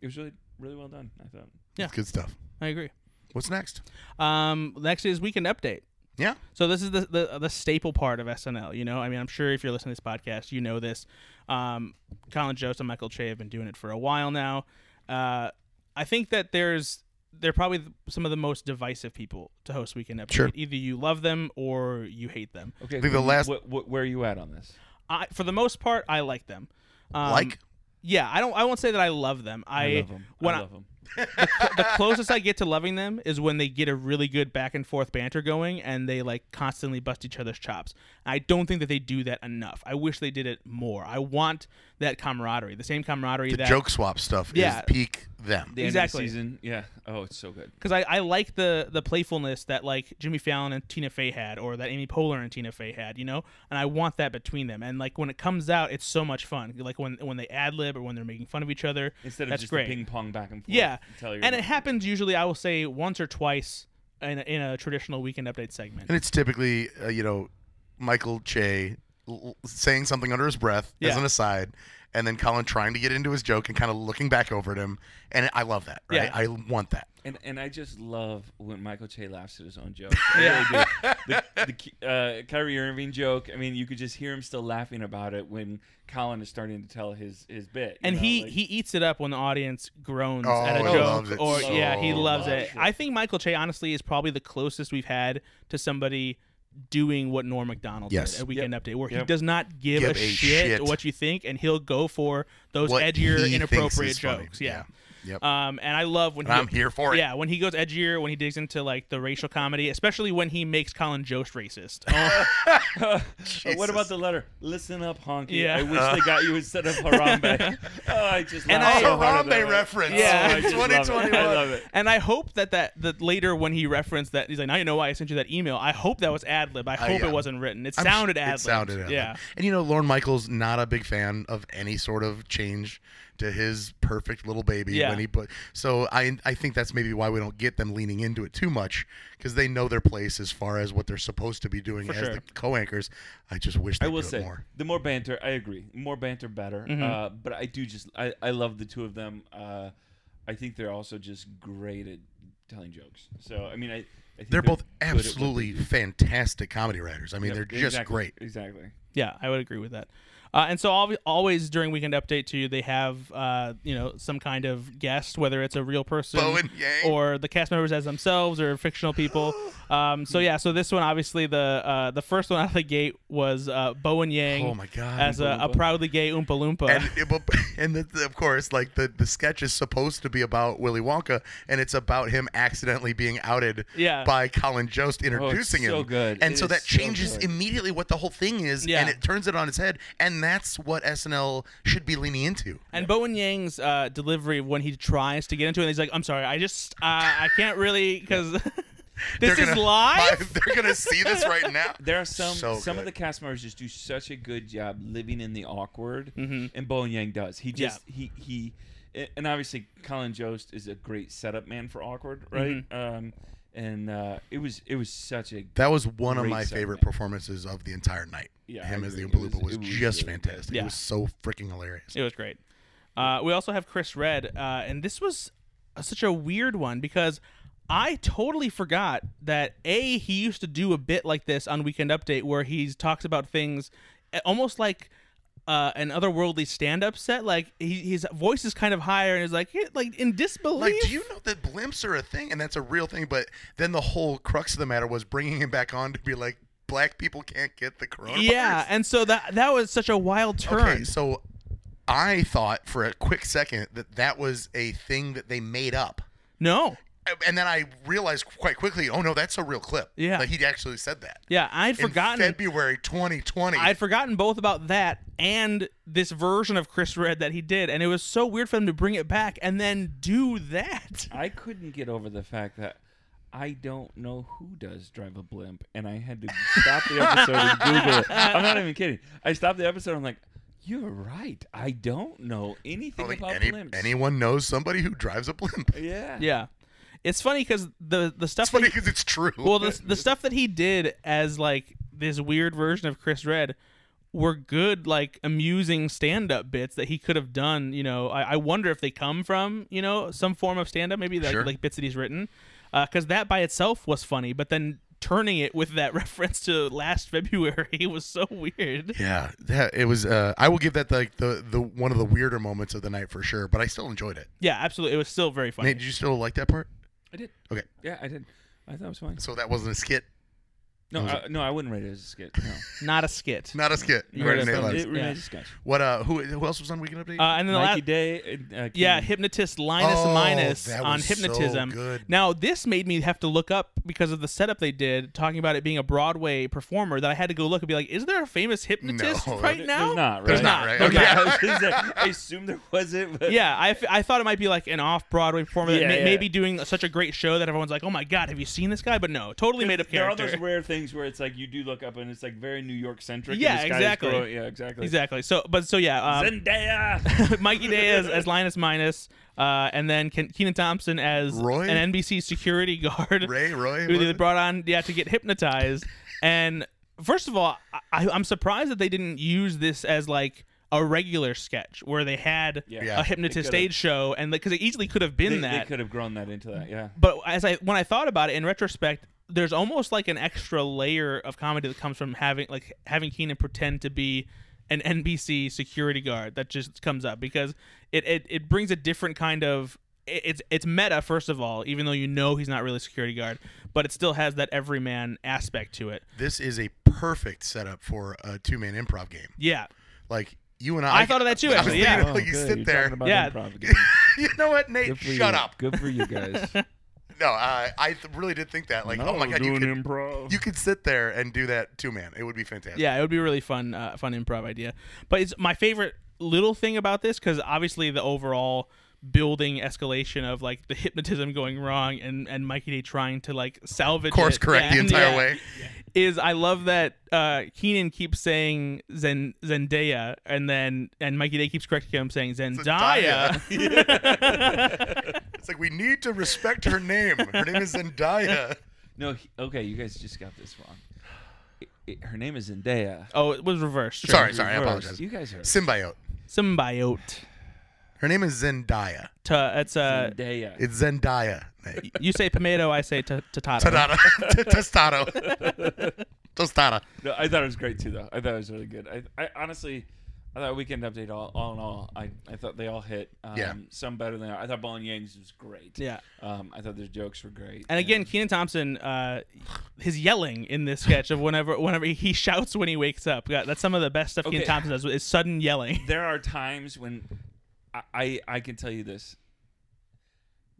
Speaker 3: it was really really well done. I thought.
Speaker 1: Yeah.
Speaker 2: It's good stuff.
Speaker 1: I agree.
Speaker 2: What's next?
Speaker 1: Um, next is weekend update.
Speaker 2: Yeah.
Speaker 1: So this is the, the the staple part of SNL. You know, I mean, I'm sure if you're listening to this podcast, you know this. Um, Colin Jost and Michael Che have been doing it for a while now. Uh, I think that there's they're probably th- some of the most divisive people to host Weekend Update.
Speaker 2: Sure.
Speaker 1: Either you love them or you hate them.
Speaker 3: Okay.
Speaker 2: think the
Speaker 3: wh-
Speaker 2: last-
Speaker 3: wh- wh- where are you at on this?
Speaker 1: I, for the most part, I like them. Um,
Speaker 2: like
Speaker 1: Yeah, I don't. I won't say that I love them. I,
Speaker 3: I love them.
Speaker 1: when
Speaker 3: I love them.
Speaker 1: the closest I get to loving them is when they get a really good back and forth banter going and they like constantly bust each other's chops. I don't think that they do that enough. I wish they did it more. I want that camaraderie, the same camaraderie
Speaker 2: the
Speaker 1: that
Speaker 2: joke swap stuff
Speaker 1: Yeah.
Speaker 2: is peak them.
Speaker 3: The end of the
Speaker 1: Exactly.
Speaker 3: season. Yeah. Oh, it's so good.
Speaker 1: because I, I like the the playfulness that like Jimmy Fallon and Tina Fey had, or that Amy Poehler and Tina Fey had, you know. And I want that between them. And like when it comes out, it's so much fun. Like when when they ad lib or when they're making fun of each other.
Speaker 3: Instead of
Speaker 1: That's
Speaker 3: just
Speaker 1: great.
Speaker 3: the ping pong back and forth.
Speaker 1: Yeah,
Speaker 3: Tell your
Speaker 1: and it happens usually. I will say once or twice in a, in a traditional weekend update segment.
Speaker 2: And it's typically, uh, you know, Michael Che l- l- saying something under his breath as
Speaker 1: Yeah.
Speaker 2: an aside, and then Colin trying to get into his joke and kind of looking back over at him. And I love that. Right?
Speaker 1: Yeah.
Speaker 2: I want that.
Speaker 3: And and I just love when Michael Che laughs at his own joke.
Speaker 1: Yeah.
Speaker 3: yeah. Really do. The, the Ki- uh, Kyrie Irving joke. I mean, you could just hear him still laughing about it when Colin is starting to tell his his bit. you
Speaker 1: and
Speaker 3: know,
Speaker 1: he
Speaker 3: like-
Speaker 1: he eats it up when the audience groans
Speaker 2: Oh,
Speaker 1: at a
Speaker 2: he
Speaker 1: joke
Speaker 2: loves it
Speaker 1: or
Speaker 2: so
Speaker 1: yeah he loves
Speaker 3: much.
Speaker 1: it i think michael che honestly is probably the closest we've had to somebody doing what norm mcdonald
Speaker 2: Yes.
Speaker 1: did at weekend update where he
Speaker 3: Yep.
Speaker 1: does not give,
Speaker 2: Give
Speaker 1: a,
Speaker 2: a
Speaker 1: shit,
Speaker 2: shit.
Speaker 1: what you think and he'll go for those
Speaker 2: What he
Speaker 1: edgier
Speaker 2: thinks
Speaker 1: inappropriate
Speaker 2: is funny.
Speaker 1: jokes yeah.
Speaker 2: Yeah. Yep.
Speaker 1: um and i love when
Speaker 2: and
Speaker 1: he
Speaker 2: I'm here for it.
Speaker 1: yeah, when he goes edgier, when he digs into like the racial comedy, especially when he makes Colin Jost racist. Oh,
Speaker 3: Oh, what
Speaker 2: Jesus.
Speaker 3: about the letter? Listen up, honky.
Speaker 1: Yeah.
Speaker 3: I wish they got you instead of Harambe. oh, I just
Speaker 1: And
Speaker 3: laugh
Speaker 1: I-
Speaker 3: so
Speaker 2: Harambe
Speaker 3: hard about it.
Speaker 2: reference.
Speaker 1: Yeah.
Speaker 3: Oh, I just love it.
Speaker 2: 2021.
Speaker 3: I love it.
Speaker 1: And I hope that, that that later when he referenced that he's like, now you know why I sent you that email. I hope that was ad lib. I hope
Speaker 2: Uh, yeah.
Speaker 1: it wasn't written. It
Speaker 2: I'm sh-
Speaker 1: sounded ad lib.
Speaker 2: It sounded ad-lib.
Speaker 1: Yeah.
Speaker 2: And you know, Lorne Michaels not a big fan of any sort of change to his perfect little baby
Speaker 1: Yeah.
Speaker 2: when he put. So I I think that's maybe why we don't get them leaning into it too much because they know their place as far as what they're supposed to be doing
Speaker 1: For
Speaker 2: as
Speaker 1: sure.
Speaker 2: the co-anchors. I just wish they
Speaker 3: I will
Speaker 2: do
Speaker 3: say
Speaker 2: it more. Mm-hmm.
Speaker 3: the more banter. I agree, more banter better. Uh, but I do just I, I love the two of them. Uh, I think they're also just great at telling jokes. So I mean, I, I think
Speaker 2: They're both
Speaker 3: good at what they
Speaker 2: absolutely
Speaker 3: do.
Speaker 2: fantastic comedy writers. I mean,
Speaker 3: Yep,
Speaker 2: they're just
Speaker 3: exactly,
Speaker 2: great.
Speaker 3: Exactly.
Speaker 1: Yeah, I would agree with that. Uh, and so al- always during weekend update too, they have uh, you know some kind of guest, whether it's a real person
Speaker 2: Bowen Yang.
Speaker 1: or the cast members as themselves or fictional people. Um, so yeah, so this one obviously the uh, the first one out of the gate was uh, Bowen Yang.
Speaker 2: Oh my God.
Speaker 1: As a, a
Speaker 3: Oompa Loompa.
Speaker 1: proudly gay Oompa Loompa.
Speaker 2: and it, will- and the, the- of course, like the the sketch is supposed to be about Willy Wonka, and it's about him accidentally being outed
Speaker 1: Yeah.
Speaker 2: by Colin Jost introducing
Speaker 3: Oh, so
Speaker 2: him.
Speaker 3: good.
Speaker 2: And
Speaker 3: It
Speaker 2: so
Speaker 3: is
Speaker 2: that
Speaker 3: so
Speaker 2: changes
Speaker 3: good.
Speaker 2: immediately what the whole thing is,
Speaker 1: Yeah.
Speaker 2: and it turns it on its head. And that's what SNL should be leaning into.
Speaker 1: And Bowen Yang's uh, delivery of when he tries to get into it, he's like, "I'm sorry, I just uh, I can't really because
Speaker 2: They're
Speaker 1: this is
Speaker 2: gonna-
Speaker 1: live."
Speaker 2: They're gonna see this right now.
Speaker 3: There are some
Speaker 2: So
Speaker 3: some of
Speaker 2: good.
Speaker 3: the cast members just do such a good job living in the awkward,
Speaker 2: Mm-hmm.
Speaker 3: and Bowen Yang does. He just he he, and obviously Colin Jost is a great setup man for awkward, right?
Speaker 2: Mm-hmm.
Speaker 3: Um, and uh, it was it was such a
Speaker 2: That was one of
Speaker 3: Great
Speaker 2: my
Speaker 3: segment.
Speaker 2: favorite performances of the entire night.
Speaker 3: Yeah,
Speaker 2: him
Speaker 3: I
Speaker 2: as the
Speaker 3: agree.
Speaker 2: Oompa
Speaker 3: It was-
Speaker 2: Loompa was,
Speaker 3: it was
Speaker 2: just
Speaker 3: really good.
Speaker 2: fantastic.
Speaker 1: Yeah.
Speaker 2: It was so freaking hilarious.
Speaker 1: It was great. Uh, we also have Chris Red, uh, and this was a- such a weird one because I totally forgot that a he used to do a bit like this on Weekend Update where he talks about things uh, almost like. Uh, an otherworldly stand-up set, like he, his voice is kind of higher, and he's like, like in disbelief.
Speaker 2: Like, do you know that blimps are a thing and that's a real thing? But then the whole crux of the matter was bringing him back on to be like, black people can't get the coronavirus.
Speaker 1: yeah, and so that that was such a wild turn.
Speaker 2: Okay, so I thought for a quick second that that was a thing that they made up.
Speaker 1: No.
Speaker 2: And then I realized quite quickly, oh no, that's a real clip.
Speaker 1: Yeah.
Speaker 2: Like he actually said that.
Speaker 1: Yeah, I'd forgotten.
Speaker 2: In February 2020.
Speaker 1: I'd forgotten both about that and this version of Chris Red that he did, and it was so weird for them to bring it back and then do that.
Speaker 3: I couldn't get over the fact that I don't know who does drive a blimp, and I had to stop the episode and Google it. I'm not even kidding. I stopped the episode. I'm like, you're right. I don't know
Speaker 2: I
Speaker 3: anything
Speaker 2: don't think
Speaker 3: about
Speaker 2: any-
Speaker 3: blimps.
Speaker 2: anyone knows somebody who drives a blimp.
Speaker 3: yeah.
Speaker 1: Yeah, it's funny because the the stuff
Speaker 2: It's funny
Speaker 1: that
Speaker 2: because it's true.
Speaker 1: he, well the, the stuff that he did as like this weird version of Chris Red were good like amusing stand up bits that he could have done. You know, I, I wonder if they come from you know some form of stand up, maybe like,
Speaker 2: Sure.
Speaker 1: like bits that he's written, because that by itself was funny, but then. Turning it with that reference to last February was so weird.
Speaker 2: yeah, that, it was. Uh, I will give that like the, the one of the weirder moments of the night for sure. But I still enjoyed it.
Speaker 1: Yeah, absolutely. It was still very funny.
Speaker 2: Nate, did you still like that part?
Speaker 3: I did.
Speaker 2: Okay.
Speaker 3: Yeah, I did. I thought it was fine.
Speaker 2: So that wasn't a skit,
Speaker 3: No, I, no, I wouldn't rate it as a skit. No,
Speaker 1: Not a skit.
Speaker 2: not a skit.
Speaker 1: You
Speaker 2: Right,
Speaker 1: heard
Speaker 2: Nate
Speaker 1: it
Speaker 2: Lyons.
Speaker 1: was.
Speaker 3: it remains
Speaker 1: Yeah.
Speaker 3: a sketch.
Speaker 2: What? Uh, who? Who else was on Weekend Update?
Speaker 1: Uh, and then the
Speaker 3: Mikey
Speaker 1: last,
Speaker 3: Day. and, Uh,
Speaker 1: yeah,
Speaker 3: Keenan.
Speaker 1: hypnotist Linus
Speaker 2: Oh,
Speaker 1: Minus
Speaker 2: that
Speaker 1: on
Speaker 2: was so
Speaker 1: hypnotism.
Speaker 2: good.
Speaker 1: Now this made me have to look up because of the setup they did, talking about it being a Broadway performer. That I had to go look and be like, is there a famous hypnotist
Speaker 2: No.
Speaker 1: right
Speaker 2: There-
Speaker 1: now?
Speaker 3: There's not, right?
Speaker 2: There's not, right?
Speaker 1: There's
Speaker 2: Okay.
Speaker 1: not.
Speaker 3: I, was gonna say, I assume there wasn't, but
Speaker 1: Yeah, I, f- I thought it might be like an off Broadway performer that
Speaker 3: Yeah,
Speaker 1: may,
Speaker 3: yeah.
Speaker 1: may be doing such a great show that everyone's like, oh my god, have you seen this guy? But no, totally made up
Speaker 3: There
Speaker 1: character.
Speaker 3: are those rare things where it's like you do look up and it's like very New York centric.
Speaker 1: Yeah,
Speaker 3: and this guy is
Speaker 1: exactly.
Speaker 3: growing- Yeah, exactly.
Speaker 1: exactly. So, but so yeah, um,
Speaker 3: Zendaya.
Speaker 1: Mikey Day as, as Linus Minus, uh, and then Ken- Keenan Thompson as
Speaker 2: Roy?
Speaker 1: an NBC security guard.
Speaker 2: Ray Roy.
Speaker 1: who
Speaker 2: was
Speaker 1: they
Speaker 2: it?
Speaker 1: brought on yeah to get hypnotized and first of all I, i'm surprised that they didn't use this as like a regular sketch where they had
Speaker 3: Yeah.
Speaker 2: Yeah.
Speaker 1: a hypnotist
Speaker 3: They could've-
Speaker 1: stage show and because it easily could have
Speaker 3: they,
Speaker 1: been
Speaker 3: they
Speaker 1: that
Speaker 3: could have grown that into that. Yeah.
Speaker 1: but as i when i thought about it in retrospect there's almost like an extra layer of comedy that comes from having like having keenan pretend to be an nbc security guard that just comes up because it it, it brings a different kind of it- it's it's meta first of all even though you know he's not really a security guard but it still has that everyman aspect to it
Speaker 2: This is a perfect setup for a two-man improv game.
Speaker 1: yeah
Speaker 2: Like you and I.
Speaker 1: I thought of that too,
Speaker 2: I was
Speaker 1: actually,
Speaker 2: thinking
Speaker 1: yeah.
Speaker 2: of, like you
Speaker 3: Oh, good.
Speaker 2: sit
Speaker 3: You're
Speaker 2: there.
Speaker 3: talking about
Speaker 1: Yeah.
Speaker 3: improv again.
Speaker 2: you know what, Nate?
Speaker 3: Good for
Speaker 2: Shut
Speaker 3: you.
Speaker 2: up.
Speaker 3: Good for you guys.
Speaker 2: No, uh, I th- really did think that. Like,
Speaker 3: Now
Speaker 2: oh my
Speaker 3: we're
Speaker 2: god, you
Speaker 3: doing
Speaker 2: could,
Speaker 3: improv.
Speaker 2: you could sit there and do that two man. It would be fantastic.
Speaker 1: Yeah, it would be a really fun, uh, fun improv idea. But it's my favorite little thing about this because obviously the overall building escalation of like the hypnotism going wrong and and Mikey Day trying to like salvage
Speaker 2: Course
Speaker 1: it
Speaker 2: correct the
Speaker 1: and-
Speaker 2: entire
Speaker 1: yeah,
Speaker 2: way.
Speaker 1: is I love that uh Keenan keeps saying Zen- Zendaya and then and Mikey Day keeps correcting him saying Zendaya.
Speaker 2: It's like we need to respect her name. Her name is Zendaya.
Speaker 3: no, he, okay, you guys just got this wrong. It- it- her name is Zendaya.
Speaker 1: oh, it was reversed. Sure.
Speaker 2: Sorry, sorry, I
Speaker 3: Reverse.
Speaker 2: apologize.
Speaker 3: You guys are
Speaker 2: Symbiote.
Speaker 1: symbiote.
Speaker 2: Her name is Zendaya.
Speaker 1: Ta- it's uh,
Speaker 3: Zendaya.
Speaker 2: It's Zendaya. Nate.
Speaker 1: you say tomato, I say ta- tatata.
Speaker 2: Tadada. Tostado. Tostada.
Speaker 3: No, I thought it was great too, though. I thought it was really good. I, I honestly, I thought Weekend Update all, all in all, I, I thought they all hit. Um,
Speaker 2: Yeah.
Speaker 3: Some better than I thought. Ball and Yangs was great.
Speaker 1: Yeah.
Speaker 3: Um, I thought their jokes were great.
Speaker 1: And again, Keenan Thompson, uh, his yelling in this sketch of whenever whenever he shouts when he wakes up. God, that's some of the best stuff Keenan
Speaker 3: Okay.
Speaker 1: Thompson does is sudden yelling.
Speaker 3: there are times when I, I I can tell you this.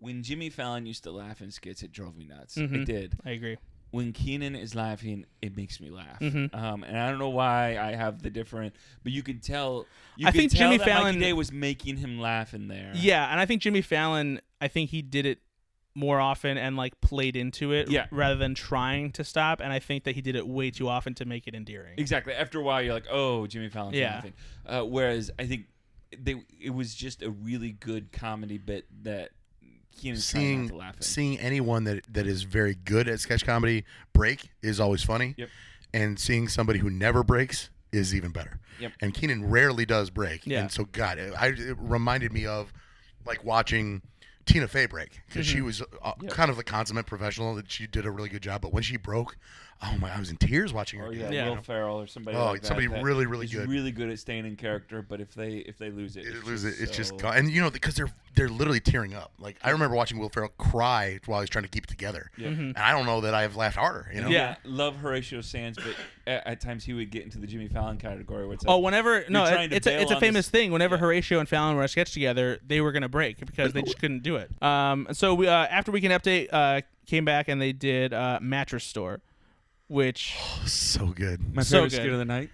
Speaker 3: When Jimmy Fallon used to laugh in skits, it drove me nuts.
Speaker 1: Mhm.
Speaker 3: It did.
Speaker 1: I agree.
Speaker 3: When Keenan is laughing, it makes me laugh.
Speaker 1: Mhm.
Speaker 3: Um, and I don't know why I have the different, but you could tell. You
Speaker 1: I
Speaker 3: could
Speaker 1: think
Speaker 3: tell
Speaker 1: Jimmy
Speaker 3: that
Speaker 1: Fallon-
Speaker 3: Mikey Day was making him laugh in there.
Speaker 1: Yeah, and I think Jimmy Fallon, I think he did it more often and like played into it
Speaker 3: Yeah.
Speaker 1: rather than trying to stop. And I think that he did it way too often to make it endearing.
Speaker 3: Exactly. After a while, you're like, oh, Jimmy Fallon's
Speaker 1: Yeah.
Speaker 3: laughing. Uh, whereas I think they it was just a really good comedy bit that Keenan's trying not
Speaker 2: Seeing
Speaker 3: to laugh at.
Speaker 2: seeing anyone that that is very good at sketch comedy break is always funny.
Speaker 3: Yep.
Speaker 2: And seeing somebody who never breaks is even better.
Speaker 3: Yep.
Speaker 2: And Keenan rarely does break.
Speaker 1: Yeah.
Speaker 2: And so God, it, I, it reminded me of like watching Tina Fey break because she was uh,
Speaker 3: Mm-hmm. Yep.
Speaker 2: kind of the consummate professional that she did a really good job. But when she broke, oh my, I was in tears watching her.
Speaker 3: or
Speaker 2: do
Speaker 3: Oh, yeah,
Speaker 2: that,
Speaker 1: Yeah.
Speaker 2: you
Speaker 3: Will
Speaker 2: know?
Speaker 3: Ferrell or somebody.
Speaker 2: Oh,
Speaker 3: like that
Speaker 2: somebody
Speaker 3: that
Speaker 2: really, really
Speaker 3: is
Speaker 2: good.
Speaker 3: Really good at staying in character, but if they if they lose it,
Speaker 2: It
Speaker 3: it's
Speaker 2: lose it. It's just
Speaker 3: so-
Speaker 2: gone. And you know because they're they're literally tearing up. Like I remember watching Will Ferrell cry while he's trying to keep it together.
Speaker 3: Yeah.
Speaker 2: And I don't know that I've laughed harder. You
Speaker 1: Mm-hmm.
Speaker 2: know.
Speaker 1: Hmm. Yeah.
Speaker 3: Yeah, love Horatio Sands, but at, at times he would get into the Jimmy Fallon category where it's like,
Speaker 1: Oh, whenever no,
Speaker 3: You're
Speaker 1: it-
Speaker 3: trying to
Speaker 1: it's a,
Speaker 3: bail
Speaker 1: it's a
Speaker 3: on
Speaker 1: famous
Speaker 3: this-
Speaker 1: thing. Whenever Horatio and Fallon were on sketch together, they were gonna break because they just couldn't do it. Um, so we uh, after Weekend Update uh, came back and they did uh, Mattress Store, which
Speaker 2: so good.
Speaker 3: my
Speaker 1: so
Speaker 3: favorite
Speaker 1: good.
Speaker 3: skit of the night.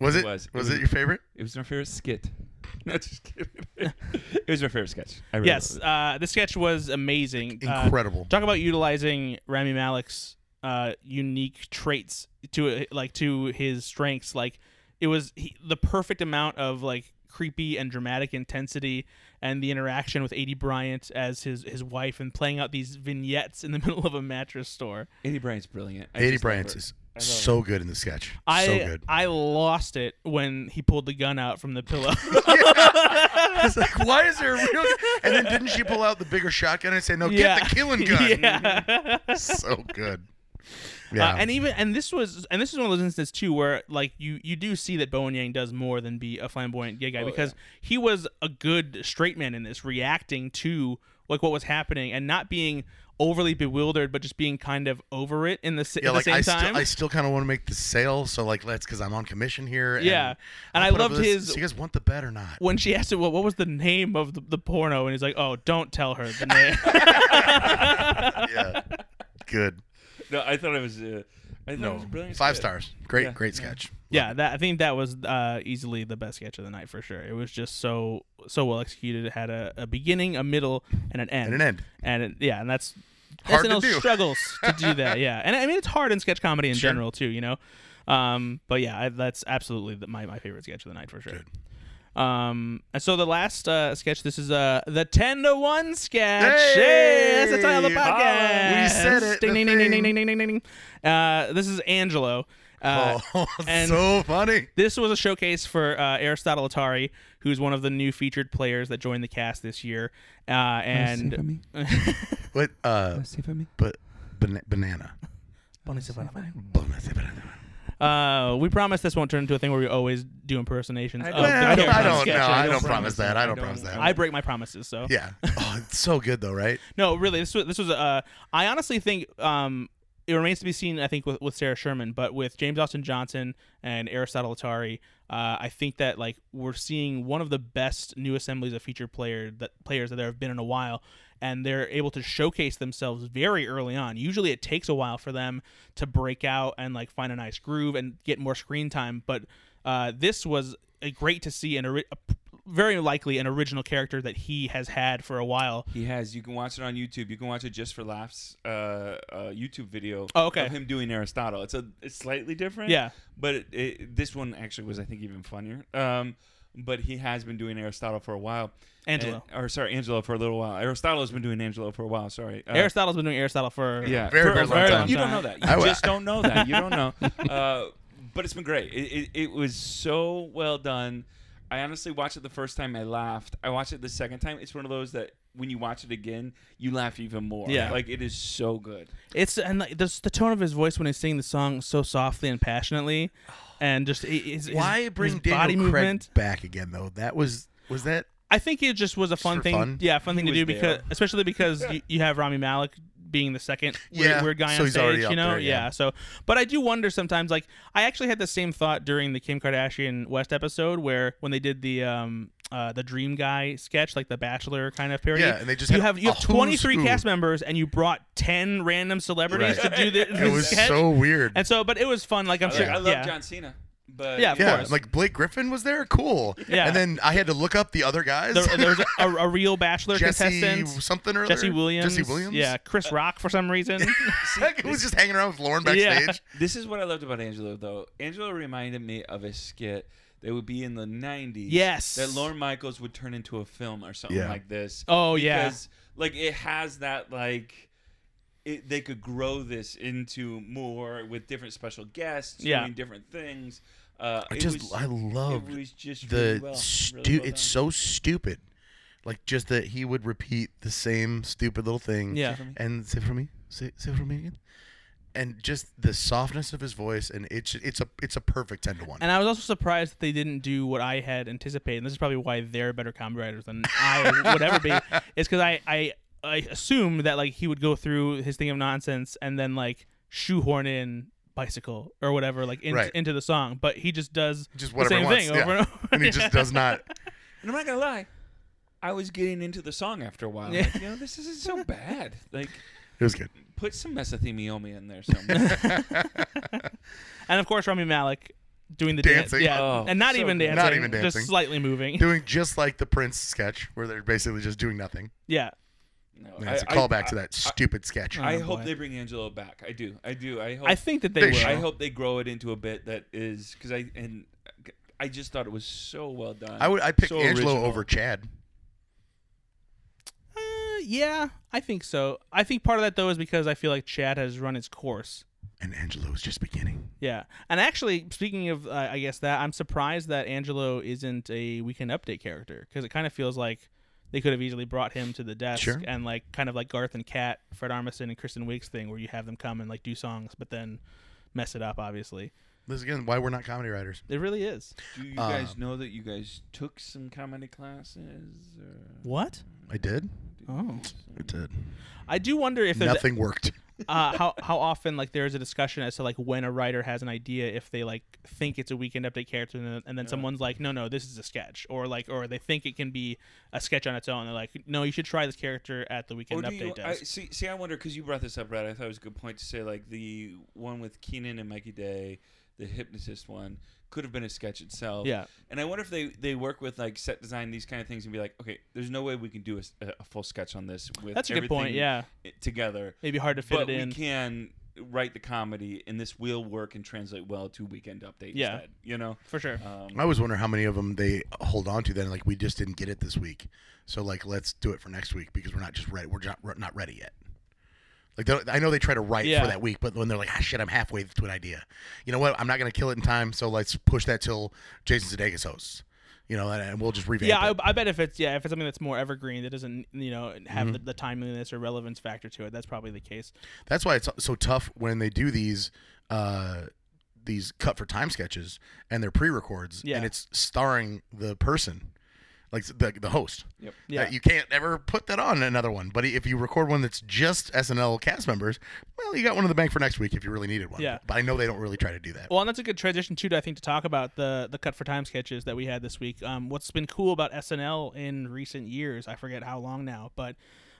Speaker 2: Was
Speaker 3: It
Speaker 2: it?
Speaker 3: was.
Speaker 2: Was,
Speaker 3: It was-
Speaker 2: it your favorite?
Speaker 3: It was my favorite skit. No, just kidding. it was my favorite sketch. I really
Speaker 1: yes, uh, the sketch was amazing. Uh,
Speaker 2: Incredible.
Speaker 1: talk about utilizing Rami Malek's uh, unique traits to like to his strengths. Like it was he, the perfect amount of like creepy and dramatic intensity, and the interaction with Adie Bryant as his his wife, and playing out these vignettes in the middle of a mattress store.
Speaker 3: Eddie Bryant's brilliant. I
Speaker 2: Eddie
Speaker 3: just love
Speaker 2: Bryant
Speaker 3: her.
Speaker 2: is
Speaker 3: I love
Speaker 2: so good in the sketch.
Speaker 1: I
Speaker 2: so good.
Speaker 1: I lost it when he pulled the gun out from the pillow.
Speaker 2: It's like, why is there a real? And then didn't she pull out the bigger shotgun and say, "No,
Speaker 1: Yeah.
Speaker 2: get the killing gun"?
Speaker 1: Yeah.
Speaker 2: So good. Yeah.
Speaker 1: Uh, and even and this was and this is one of those instances too where like you you do see that Bowen Yang does more than be a flamboyant
Speaker 2: Oh,
Speaker 1: gay guy because he was a good straight man in this, reacting to like what was happening and not being overly bewildered, but just being kind of over it in the, s-
Speaker 2: yeah,
Speaker 1: at
Speaker 2: like
Speaker 1: the same
Speaker 2: I
Speaker 1: time.
Speaker 2: still, I still kind of want to make the sale, so like let's because I'm on commission here. And
Speaker 1: Yeah. And
Speaker 2: I'll
Speaker 1: I
Speaker 2: put up
Speaker 1: loved
Speaker 2: with this.
Speaker 1: his-
Speaker 2: So you guys want the bet or not?
Speaker 1: when she asked him, well, what was the name of the, the porno? And he's like, oh, don't tell her the name.
Speaker 2: yeah, good.
Speaker 3: No, I thought it was. Uh, I thought it
Speaker 2: No,
Speaker 3: was a brilliant.
Speaker 2: five
Speaker 3: skit.
Speaker 2: stars. Great,
Speaker 3: Yeah,
Speaker 2: great
Speaker 3: yeah.
Speaker 2: sketch.
Speaker 1: yeah, that I think that was uh, easily the best sketch of the night for sure. It was just so so well executed. It had a, a beginning, a middle, and an end.
Speaker 2: And an end.
Speaker 1: and it, yeah, and that's
Speaker 2: Hard to
Speaker 1: SNL
Speaker 2: do.
Speaker 1: struggles to do that. Yeah, and I mean it's hard in sketch comedy in
Speaker 2: Sure.
Speaker 1: general too, you know. Um, but yeah, I, that's absolutely the, my my favorite sketch of the night for sure. Um, and so the last uh, sketch, this is uh the ten to one sketch.
Speaker 2: Hey!
Speaker 1: that's the title of the podcast.
Speaker 2: Holla. We said it,
Speaker 1: Ding
Speaker 2: the
Speaker 1: ding ding ding
Speaker 2: thing.
Speaker 1: ding ding ding ding. ding. Uh, this is Angelo. Uh,
Speaker 2: oh,
Speaker 1: and-
Speaker 2: so funny.
Speaker 1: this was a showcase for uh, Aristotle Atari, who's one of the new featured players that joined the cast this year. Uh, and
Speaker 3: me.
Speaker 2: What? Uh,
Speaker 3: me.
Speaker 2: but bana- banana. Banana.
Speaker 1: Uh, we promise this won't turn into a thing where we always do impersonations.
Speaker 3: I
Speaker 1: of
Speaker 3: don't-
Speaker 1: the
Speaker 2: Well, I don't,
Speaker 1: characters
Speaker 2: I
Speaker 1: on
Speaker 2: don't
Speaker 1: sketch.
Speaker 2: know. I
Speaker 3: don't
Speaker 2: don't
Speaker 3: promise
Speaker 2: promise that.
Speaker 3: that.
Speaker 2: I don't
Speaker 3: I
Speaker 2: promise
Speaker 3: don't-
Speaker 2: that.
Speaker 1: I break my promises, so
Speaker 2: Yeah. Oh, it's so good though, right?
Speaker 1: no, really. This was this was. Uh, I honestly think um, it remains to be seen. I think with, with Sarah Sherman, but with James Austin Johnson and Aristotle Atari, uh, I think that like we're seeing one of the best new assemblies of feature player that players that there have been in a while, and they're able to showcase themselves very early on. Usually, it takes a while for them to break out and like find a nice groove and get more screen time, but. Uh, this was uh, great to see, and a, very likely an original character that he has had for a while.
Speaker 3: He has. You can watch it on YouTube. You can watch it just for laughs. Uh, uh YouTube video.
Speaker 1: Oh, okay.
Speaker 3: Of him doing Aristotle. It's a. It's slightly different.
Speaker 1: Yeah.
Speaker 3: But it, it, this one actually was, I think, even funnier. Um, but he has been doing Aristotle for a while.
Speaker 1: Angelo.
Speaker 3: And- or sorry, Angelo for a little while. Aristotle has been doing Angelo for a while. Sorry. Uh,
Speaker 1: Aristotle's been doing Aristotle for
Speaker 3: Yeah,
Speaker 2: Very,
Speaker 3: For a
Speaker 2: very long time.
Speaker 3: You don't know that. You
Speaker 2: I wa-
Speaker 3: just don't know that. You don't know. Uh, but it's been great. It, it, it was so well done. I honestly watched it the first time. I laughed. I watched it the second time. It's one of those that when you watch it again, you laugh even more.
Speaker 1: Yeah.
Speaker 3: like it is so good.
Speaker 1: It's and like the, the tone of his voice when he's singing the song so softly and passionately, and just i- his, his-
Speaker 2: Why bring
Speaker 1: his
Speaker 2: Daniel
Speaker 1: body
Speaker 2: Craig
Speaker 1: movement.
Speaker 2: back again though? That was was that
Speaker 1: I think it just was a fun
Speaker 2: for
Speaker 1: thing.
Speaker 2: fun?
Speaker 1: Yeah, fun thing
Speaker 3: He
Speaker 1: to do
Speaker 3: was
Speaker 1: because
Speaker 3: there.
Speaker 1: especially because you, you have Rami Malik being the second weird,
Speaker 2: Yeah,
Speaker 1: weird guy
Speaker 2: so
Speaker 1: on
Speaker 2: he's
Speaker 1: stage.
Speaker 2: already
Speaker 1: you
Speaker 2: up
Speaker 1: know,
Speaker 2: there, yeah.
Speaker 1: So, but I do wonder sometimes. Like I actually had the same thought during the Kim Kardashian West episode where when they did the um. Uh, the dream guy sketch, like the Bachelor kind of parody.
Speaker 2: Yeah, and they just
Speaker 1: you
Speaker 2: had
Speaker 1: have you
Speaker 2: a
Speaker 1: have twenty three
Speaker 2: who's who.
Speaker 1: cast members, and you brought ten random celebrities
Speaker 2: Right.
Speaker 1: to do the,
Speaker 2: it
Speaker 1: the
Speaker 2: was
Speaker 1: sketch.
Speaker 2: so weird.
Speaker 1: And so, but it was fun. Like I'm
Speaker 3: I,
Speaker 1: sure.
Speaker 3: like, I love
Speaker 1: yeah.
Speaker 3: John Cena, but
Speaker 1: Yeah, of
Speaker 2: yeah,
Speaker 1: course.
Speaker 2: like Blake Griffin was there, cool.
Speaker 1: Yeah.
Speaker 2: And then I had to look up the other guys.
Speaker 1: There, there was a, a real Bachelor
Speaker 2: Jesse
Speaker 1: contestant,
Speaker 2: something or
Speaker 1: Jesse
Speaker 2: other.
Speaker 1: Williams.
Speaker 2: Jesse Williams. Uh,
Speaker 1: Yeah, Chris Rock for some reason.
Speaker 2: it was just hanging around with Lauren
Speaker 1: Yeah.
Speaker 2: backstage.
Speaker 3: This is what I loved about Angelo, though. Angelo reminded me of a skit that would be in the 90s.
Speaker 1: Yes.
Speaker 3: That Lauren Michaels would turn into a film or something
Speaker 2: Yeah.
Speaker 3: like this.
Speaker 1: Oh, yeah.
Speaker 3: Because, like, it has that, like, it, they could grow this into more with different special guests
Speaker 1: Yeah.
Speaker 3: doing different things. Uh,
Speaker 2: I
Speaker 3: it
Speaker 2: just
Speaker 3: was-
Speaker 2: I loved
Speaker 3: it was just
Speaker 2: the
Speaker 3: really well,
Speaker 2: stu-
Speaker 3: really well
Speaker 2: it's
Speaker 3: done.
Speaker 2: so stupid. Like just that he would repeat the same stupid little thing.
Speaker 1: Yeah.
Speaker 3: for me?
Speaker 2: And say it for me. Say, say it for me again. And just the softness of his voice and it's it's a it's a perfect ten to one.
Speaker 1: and I was also surprised that they didn't do what I had anticipated. And this is probably why they're better comedy writers than I would ever be. Is because I, I I assumed that like he would go through his thing of nonsense and then like shoehorn in bicycle or whatever like in,
Speaker 2: Right.
Speaker 1: into the song but he just does
Speaker 2: Just
Speaker 1: the
Speaker 2: whatever he
Speaker 1: same
Speaker 2: wants,
Speaker 1: thing
Speaker 2: yeah.
Speaker 1: over and over
Speaker 2: and he just does not.
Speaker 3: And I'm not gonna lie, I was getting into the song after a while.
Speaker 1: Yeah.
Speaker 3: Like, you know, this isn't so bad. Like,
Speaker 2: It was good.
Speaker 3: put some mesothelioma in there somewhere.
Speaker 1: and of course Rami Malik doing the
Speaker 2: Dancing.
Speaker 1: dance yeah
Speaker 3: Oh,
Speaker 1: and not
Speaker 3: so
Speaker 1: even
Speaker 3: good.
Speaker 1: dancing
Speaker 2: Not even dancing.
Speaker 1: just slightly moving
Speaker 2: Doing just like the Prince sketch, where they're basically just doing nothing.
Speaker 1: yeah
Speaker 3: no,
Speaker 2: And it's a
Speaker 3: I- I-
Speaker 2: callback to
Speaker 3: I-
Speaker 2: that stupid sketch.
Speaker 1: Uh,
Speaker 3: I
Speaker 1: Oh,
Speaker 3: hope
Speaker 1: boy.
Speaker 3: they bring Angelo back. I do. I do. I hope.
Speaker 1: I think that they,
Speaker 2: They
Speaker 1: will
Speaker 2: should.
Speaker 3: Oh. I hope they grow it into a bit that is because I and I just thought it was so well done.
Speaker 2: I would. I pick
Speaker 3: so
Speaker 2: Angelo
Speaker 3: original.
Speaker 2: over Chad.
Speaker 1: Uh, yeah I think so I think part of that though is because I feel like Chad has run its course
Speaker 2: And Angelo is just beginning.
Speaker 1: Yeah, and actually, speaking of, uh, I guess that I'm surprised that Angelo isn't a Weekend Update character because it kind of feels like they could have easily brought him to the desk
Speaker 2: Sure.
Speaker 1: and like kind of like Garth and Kat, Fred Armisen and Kristen Wiig's thing, where you have them come and like do songs, but then mess it up. Obviously,
Speaker 2: This is again why we're not comedy writers.
Speaker 1: it really is.
Speaker 3: Do you
Speaker 2: Uh,
Speaker 3: guys know that you guys took some comedy classes? Or
Speaker 1: What?
Speaker 2: I did.
Speaker 1: Oh,
Speaker 2: I did.
Speaker 1: I do wonder if there's
Speaker 2: Nothing worked.
Speaker 1: uh, how how often like there is a discussion as to like when a writer has an idea if they like think it's a weekend update character and then, and then someone's like no no this is a sketch or like or they think it can be a sketch on its own they're like no you should try this character at the
Speaker 3: Or
Speaker 1: weekend
Speaker 3: do
Speaker 1: update
Speaker 3: you, I,
Speaker 1: desk
Speaker 3: see, see, I wonder because you brought this up, Brad. I thought it was a good point to say, like the one with Keenan and Mikey Day, the hypnotist one, could have been a sketch itself.
Speaker 1: Yeah.
Speaker 3: And I wonder if they they work with like set design these kind of things and be like, okay, there's no way we can do a s- a, a full sketch on this. With
Speaker 1: That's a good point,
Speaker 3: everything
Speaker 1: yeah.
Speaker 3: i- Together,
Speaker 1: maybe hard to fit
Speaker 3: but
Speaker 1: it in
Speaker 3: we can write the comedy, and this will work and translate well to Weekend Update.
Speaker 1: Yeah.
Speaker 3: instead, you know.
Speaker 1: for sure
Speaker 3: Um,
Speaker 2: I always wonder how many of them they hold on to. Then, like, we just didn't get it this week, so like, let's do it for next week because we're not just ready. We're not we're not ready yet. Like, they- I know they try to write
Speaker 1: Yeah.
Speaker 2: for that week, but when they're like, ah, shit, I'm halfway to an idea. You know what? I'm not gonna kill it in time, so let's push that till Jason Sudeikis hosts. You know, and, and we'll just revamp.
Speaker 1: yeah
Speaker 2: it.
Speaker 1: I, I bet if it's yeah if it's something that's more evergreen that doesn't you know have the, the timeliness or relevance factor to it that's probably the case
Speaker 2: That's why it's so tough when they do these uh, these cut for time sketches and they're pre-records
Speaker 1: Yeah.
Speaker 2: and it's starring the person, like the, the host.
Speaker 3: Yep.
Speaker 1: Yeah.
Speaker 2: Uh, you can't ever put that on another one. But if you record one that's just SNL cast members, well, you got one in the bank for next week if you really needed one.
Speaker 1: Yeah.
Speaker 2: But I know they don't really try to do that.
Speaker 1: Well, and that's a good transition too. to, I think to talk about the the cut for time sketches that we had this week. Um, what's been cool about SNL in recent years? I forget how long now, but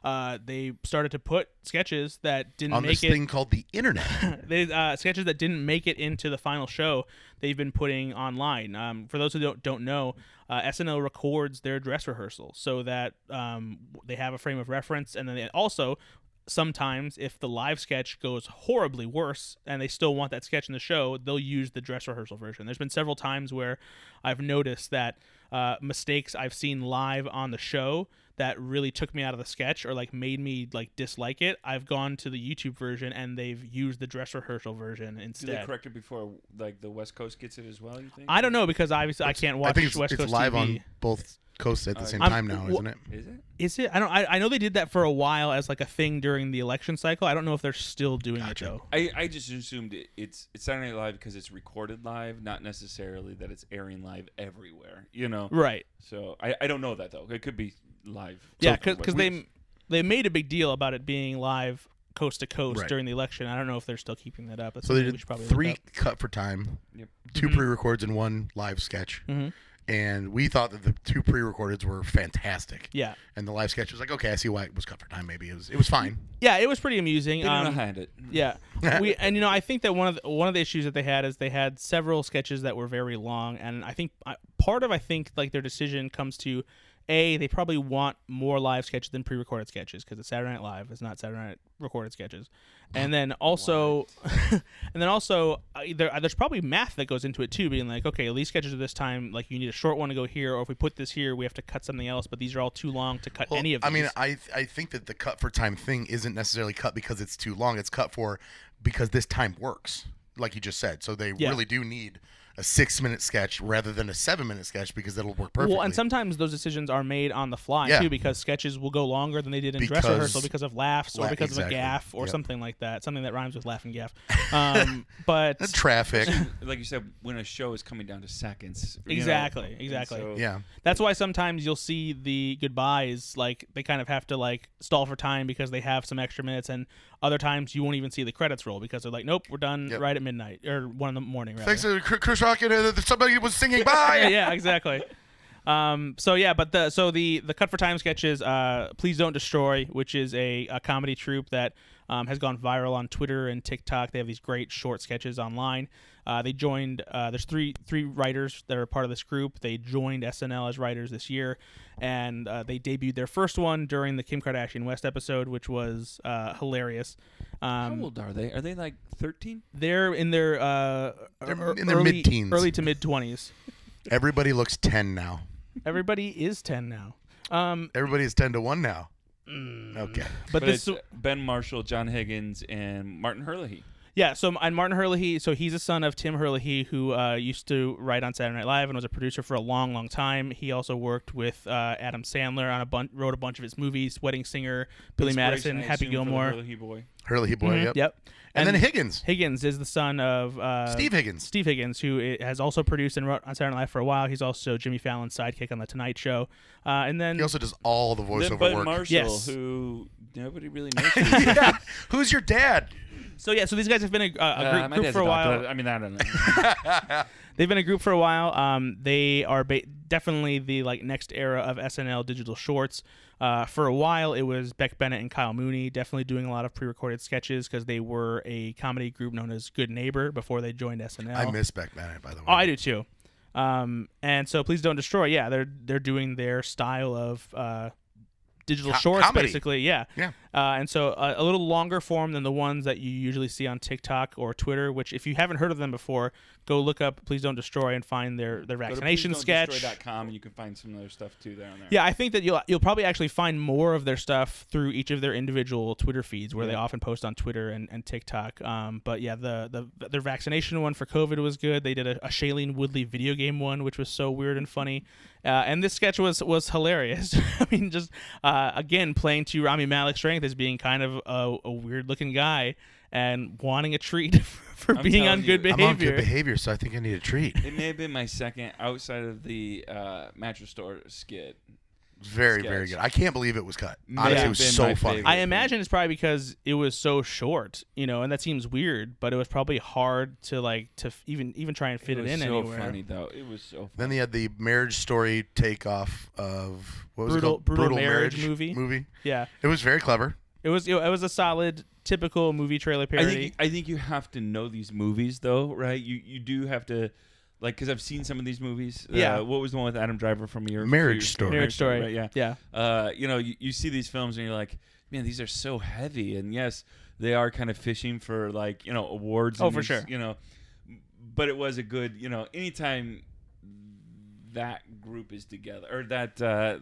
Speaker 1: uh, they started to put sketches that didn't
Speaker 2: on
Speaker 1: make
Speaker 2: this
Speaker 1: it.
Speaker 2: thing called the internet.
Speaker 1: They uh, sketches that didn't make it into the final show. They've been putting online. Um, for those who don't don't know, uh, SNL records their dress rehearsal so that um, they have a frame of reference, and then they also. Sometimes, if the live sketch goes horribly worse and they still want that sketch in the show, they'll use the dress rehearsal version. There's been several times where I've noticed that uh, mistakes I've seen live on the show that really took me out of the sketch or like made me like dislike it, I've gone to the YouTube version and they've used the dress rehearsal version
Speaker 3: Do they
Speaker 1: instead.
Speaker 3: correct it before like the West Coast gets it as well? You think?
Speaker 1: I don't know because obviously I can't watch
Speaker 2: I think it's,
Speaker 1: West
Speaker 2: it's
Speaker 1: Coast
Speaker 2: live
Speaker 1: TV.
Speaker 2: on both coasts at the same
Speaker 1: I'm-
Speaker 2: time now,
Speaker 1: wh-
Speaker 2: isn't it?
Speaker 3: Is it?
Speaker 1: Is it? I don't. I, I know they did that for a while as like a thing during the election cycle. I don't know if they're still doing
Speaker 2: Gotcha.
Speaker 1: it though.
Speaker 3: I, I just assumed it, it's it's Saturday Night Live because it's recorded live, not necessarily that it's airing live everywhere. You know,
Speaker 1: Right.
Speaker 3: so I, I don't know that though. It could be live.
Speaker 1: Yeah,
Speaker 3: So-
Speaker 1: because they they made a big deal about it being live coast to coast
Speaker 2: Right.
Speaker 1: during the election. I don't know if they're still keeping that up. That's
Speaker 2: So they
Speaker 1: something we
Speaker 2: did
Speaker 1: should probably Mm-hmm. look
Speaker 2: three
Speaker 1: up.
Speaker 2: cut for time,
Speaker 3: Yep.
Speaker 2: 2 pre-records and one live sketch.
Speaker 1: Mm-hmm.
Speaker 2: And we thought that the two pre-recordeds were fantastic.
Speaker 1: Yeah.
Speaker 2: And the live sketch was like, okay, I see why it was cut for time. Maybe it was it was fine.
Speaker 1: Yeah, it was pretty amusing.
Speaker 3: They don't
Speaker 1: Um,
Speaker 3: hide it.
Speaker 1: Yeah, we and you know I think that one of the, one of the issues that they had is they had several sketches that were very long, and I think I- part of I think like their decision comes to a they probably want more live sketches than pre-recorded sketches because it's Saturday Night Live, it's not Saturday Night recorded sketches, and then also and then also uh, there, there's probably math that goes into it too, being like okay these sketches are this time like you need a short one to go here, or if we put this here we have to cut something else, but these are all too long to cut
Speaker 2: Well,
Speaker 1: any of.
Speaker 2: I mean,
Speaker 1: these.
Speaker 2: I th- I think that the cut for time thing isn't necessarily cut because it's too long. It's cut for because this time works, like you just said. So they
Speaker 1: Yeah.
Speaker 2: really do need a six minute sketch rather than a seven minute sketch because that'll work perfectly.
Speaker 1: Well, and sometimes those decisions are made on the fly
Speaker 2: Yeah.
Speaker 1: too, because sketches will go longer than they did in dress
Speaker 2: Because-
Speaker 1: rehearsal because of laughs or
Speaker 2: La-
Speaker 1: because
Speaker 2: exactly.
Speaker 1: of a gaff or
Speaker 2: Yep.
Speaker 1: something like that, something that rhymes with laugh and gaff. Um, but
Speaker 2: traffic.
Speaker 3: like you said, when a show is coming down to seconds. you know,
Speaker 1: Exactly,
Speaker 3: and
Speaker 1: exactly.
Speaker 3: so-
Speaker 2: yeah.
Speaker 1: that's why sometimes you'll see the goodbyes like they kind of have to like stall for time because they have some extra minutes, and other times you won't even see the credits roll because they're like, nope, we're done
Speaker 2: Yep.
Speaker 1: right at midnight or one in the morning. Rather.
Speaker 2: Thanks to Chr- Chris Rock and uh, somebody was singing
Speaker 1: yeah,
Speaker 2: bye.
Speaker 1: yeah, exactly. Um, so yeah, but the so the the cut for time sketches. Uh, Please don't destroy, which is a, a comedy troupe that um, has gone viral on Twitter and TikTok. They have these great short sketches online. Uh, they joined. Uh, there's three three writers that are part of this group. They joined SNL as writers this year, and uh, they debuted their first one during the Kim Kardashian West episode, which was uh, hilarious.
Speaker 3: How
Speaker 1: Um,
Speaker 3: old are they? Are they like 13?
Speaker 1: they're in their uh,
Speaker 2: They're
Speaker 1: er-
Speaker 2: in their
Speaker 1: early-
Speaker 2: mid-teens.
Speaker 1: early to mid twenties.
Speaker 2: Everybody looks ten now.
Speaker 1: Everybody is ten now. Um,
Speaker 2: Everybody is ten to one now.
Speaker 1: Mm.
Speaker 2: Okay.
Speaker 1: but, this,
Speaker 3: it's uh, Ben Marshall, John Higgins, and Martin Herlihy.
Speaker 1: yeah. So and Martin Herlihy, so he's a son of Tim Herlihy, who uh, used to write on Saturday Night Live and was a producer for a long, long time. He also worked with uh, Adam Sandler on a bunch, wrote a bunch of his movies, Wedding Singer, Billy
Speaker 3: Inspiration,
Speaker 1: Madison,
Speaker 3: I
Speaker 1: Happy
Speaker 3: assume, for the
Speaker 1: Gilmore.
Speaker 3: Herlihy boy.
Speaker 2: Hurley boy.
Speaker 1: Mhm,
Speaker 2: Oh, Yep.
Speaker 1: And,
Speaker 2: And, then Higgins,
Speaker 1: Higgins is the son of uh,
Speaker 2: Steve Higgins.
Speaker 1: Steve Higgins, who i- has also produced and wrote on Saturday Night Live for a while. He's also Jimmy Fallon's sidekick on The Tonight Show. Uh, and then
Speaker 2: He also does all the
Speaker 3: Then
Speaker 2: voiceover
Speaker 3: Ben
Speaker 2: work.
Speaker 3: Marshall,
Speaker 1: Yes.
Speaker 3: who nobody really knows. who he is.
Speaker 2: yeah. Who's your dad?
Speaker 1: so yeah, so these guys have been a, a- a
Speaker 3: Uh,
Speaker 1: group,
Speaker 3: my
Speaker 1: group
Speaker 3: dad's
Speaker 1: for a
Speaker 3: doctor.
Speaker 1: while.
Speaker 3: I mean, I don't know.
Speaker 1: They've been a group for a while. Um, they are ba- definitely the like next era of SNL digital shorts. Uh, for a while, it was Beck Bennett and Kyle Mooney, definitely doing a lot of pre-recorded sketches because they were a comedy group known as Good Neighbor before they joined SNL.
Speaker 2: I miss Beck Bennett, by the way.
Speaker 1: Oh, I do too. Um, and so please don't destroy. Yeah, they're they're doing their style of uh, digital
Speaker 2: Co-
Speaker 1: shorts,
Speaker 2: comedy.
Speaker 1: basically. Yeah.
Speaker 2: Yeah.
Speaker 1: Uh, and so uh, a little longer form than the ones that you usually see on TikTok or Twitter. Which, if you haven't heard of them before, go look up. Please don't destroy and find their their
Speaker 3: Go to
Speaker 1: vaccination sketch.
Speaker 3: PleaseDon'tDestroy.com and you can find some other stuff too there on there.
Speaker 1: Yeah, I think that you'll you'll probably actually find more of their stuff through each of their individual Twitter feeds, where they often post on Twitter and, and TikTok. Um, but yeah, the, the their vaccination one for COVID was good. They did a, a Shailene Woodley video game one, which was so weird and funny. Uh, and this sketch was was hilarious. I mean, just uh, again playing to Rami Malek's strength as being kind of a, a weird looking guy and wanting a treat for,
Speaker 3: I'm
Speaker 1: being on
Speaker 3: telling
Speaker 1: good
Speaker 3: you.
Speaker 2: I'm
Speaker 1: behavior.
Speaker 2: on good behavior, so I think I need a treat.
Speaker 3: It may have been my second outside of the uh, mattress store skit.
Speaker 2: Very, very
Speaker 3: Sketch.
Speaker 2: good. I can't believe it was cut.
Speaker 3: May
Speaker 2: Honestly,
Speaker 3: have
Speaker 2: it was
Speaker 3: been
Speaker 2: so
Speaker 3: my
Speaker 2: funny.
Speaker 3: favorite.
Speaker 1: I imagine it's probably because it was so short, you know, and that seems weird, but it was probably hard to like to f- even even try and fit it,
Speaker 3: was
Speaker 1: in
Speaker 3: so
Speaker 1: anywhere.
Speaker 3: funny though. It was so funny.
Speaker 2: Then they had the marriage story takeoff of what was
Speaker 1: Brutal-
Speaker 2: it called?
Speaker 1: Brutal Marriage movie.
Speaker 2: Movie.
Speaker 1: Yeah,
Speaker 2: It was very clever.
Speaker 1: it was it was a solid typical movie trailer
Speaker 3: I
Speaker 1: parody.
Speaker 3: think I think you have to know these movies though, right? You you do have to like because I've seen some of these movies.
Speaker 1: Yeah.
Speaker 3: Uh, what was the one with Adam Driver from your
Speaker 2: Marriage
Speaker 3: your-
Speaker 2: Story.
Speaker 1: Marriage story.
Speaker 3: Right, yeah.
Speaker 1: yeah.
Speaker 3: Uh, you know, you, you see these films and you're like, man, these are so heavy. And yes, they are kind of fishing for like you know awards.
Speaker 1: Oh,
Speaker 3: and
Speaker 1: for
Speaker 3: these,
Speaker 1: sure.
Speaker 3: You know, but it was a good. You know, anytime that group is together or that uh,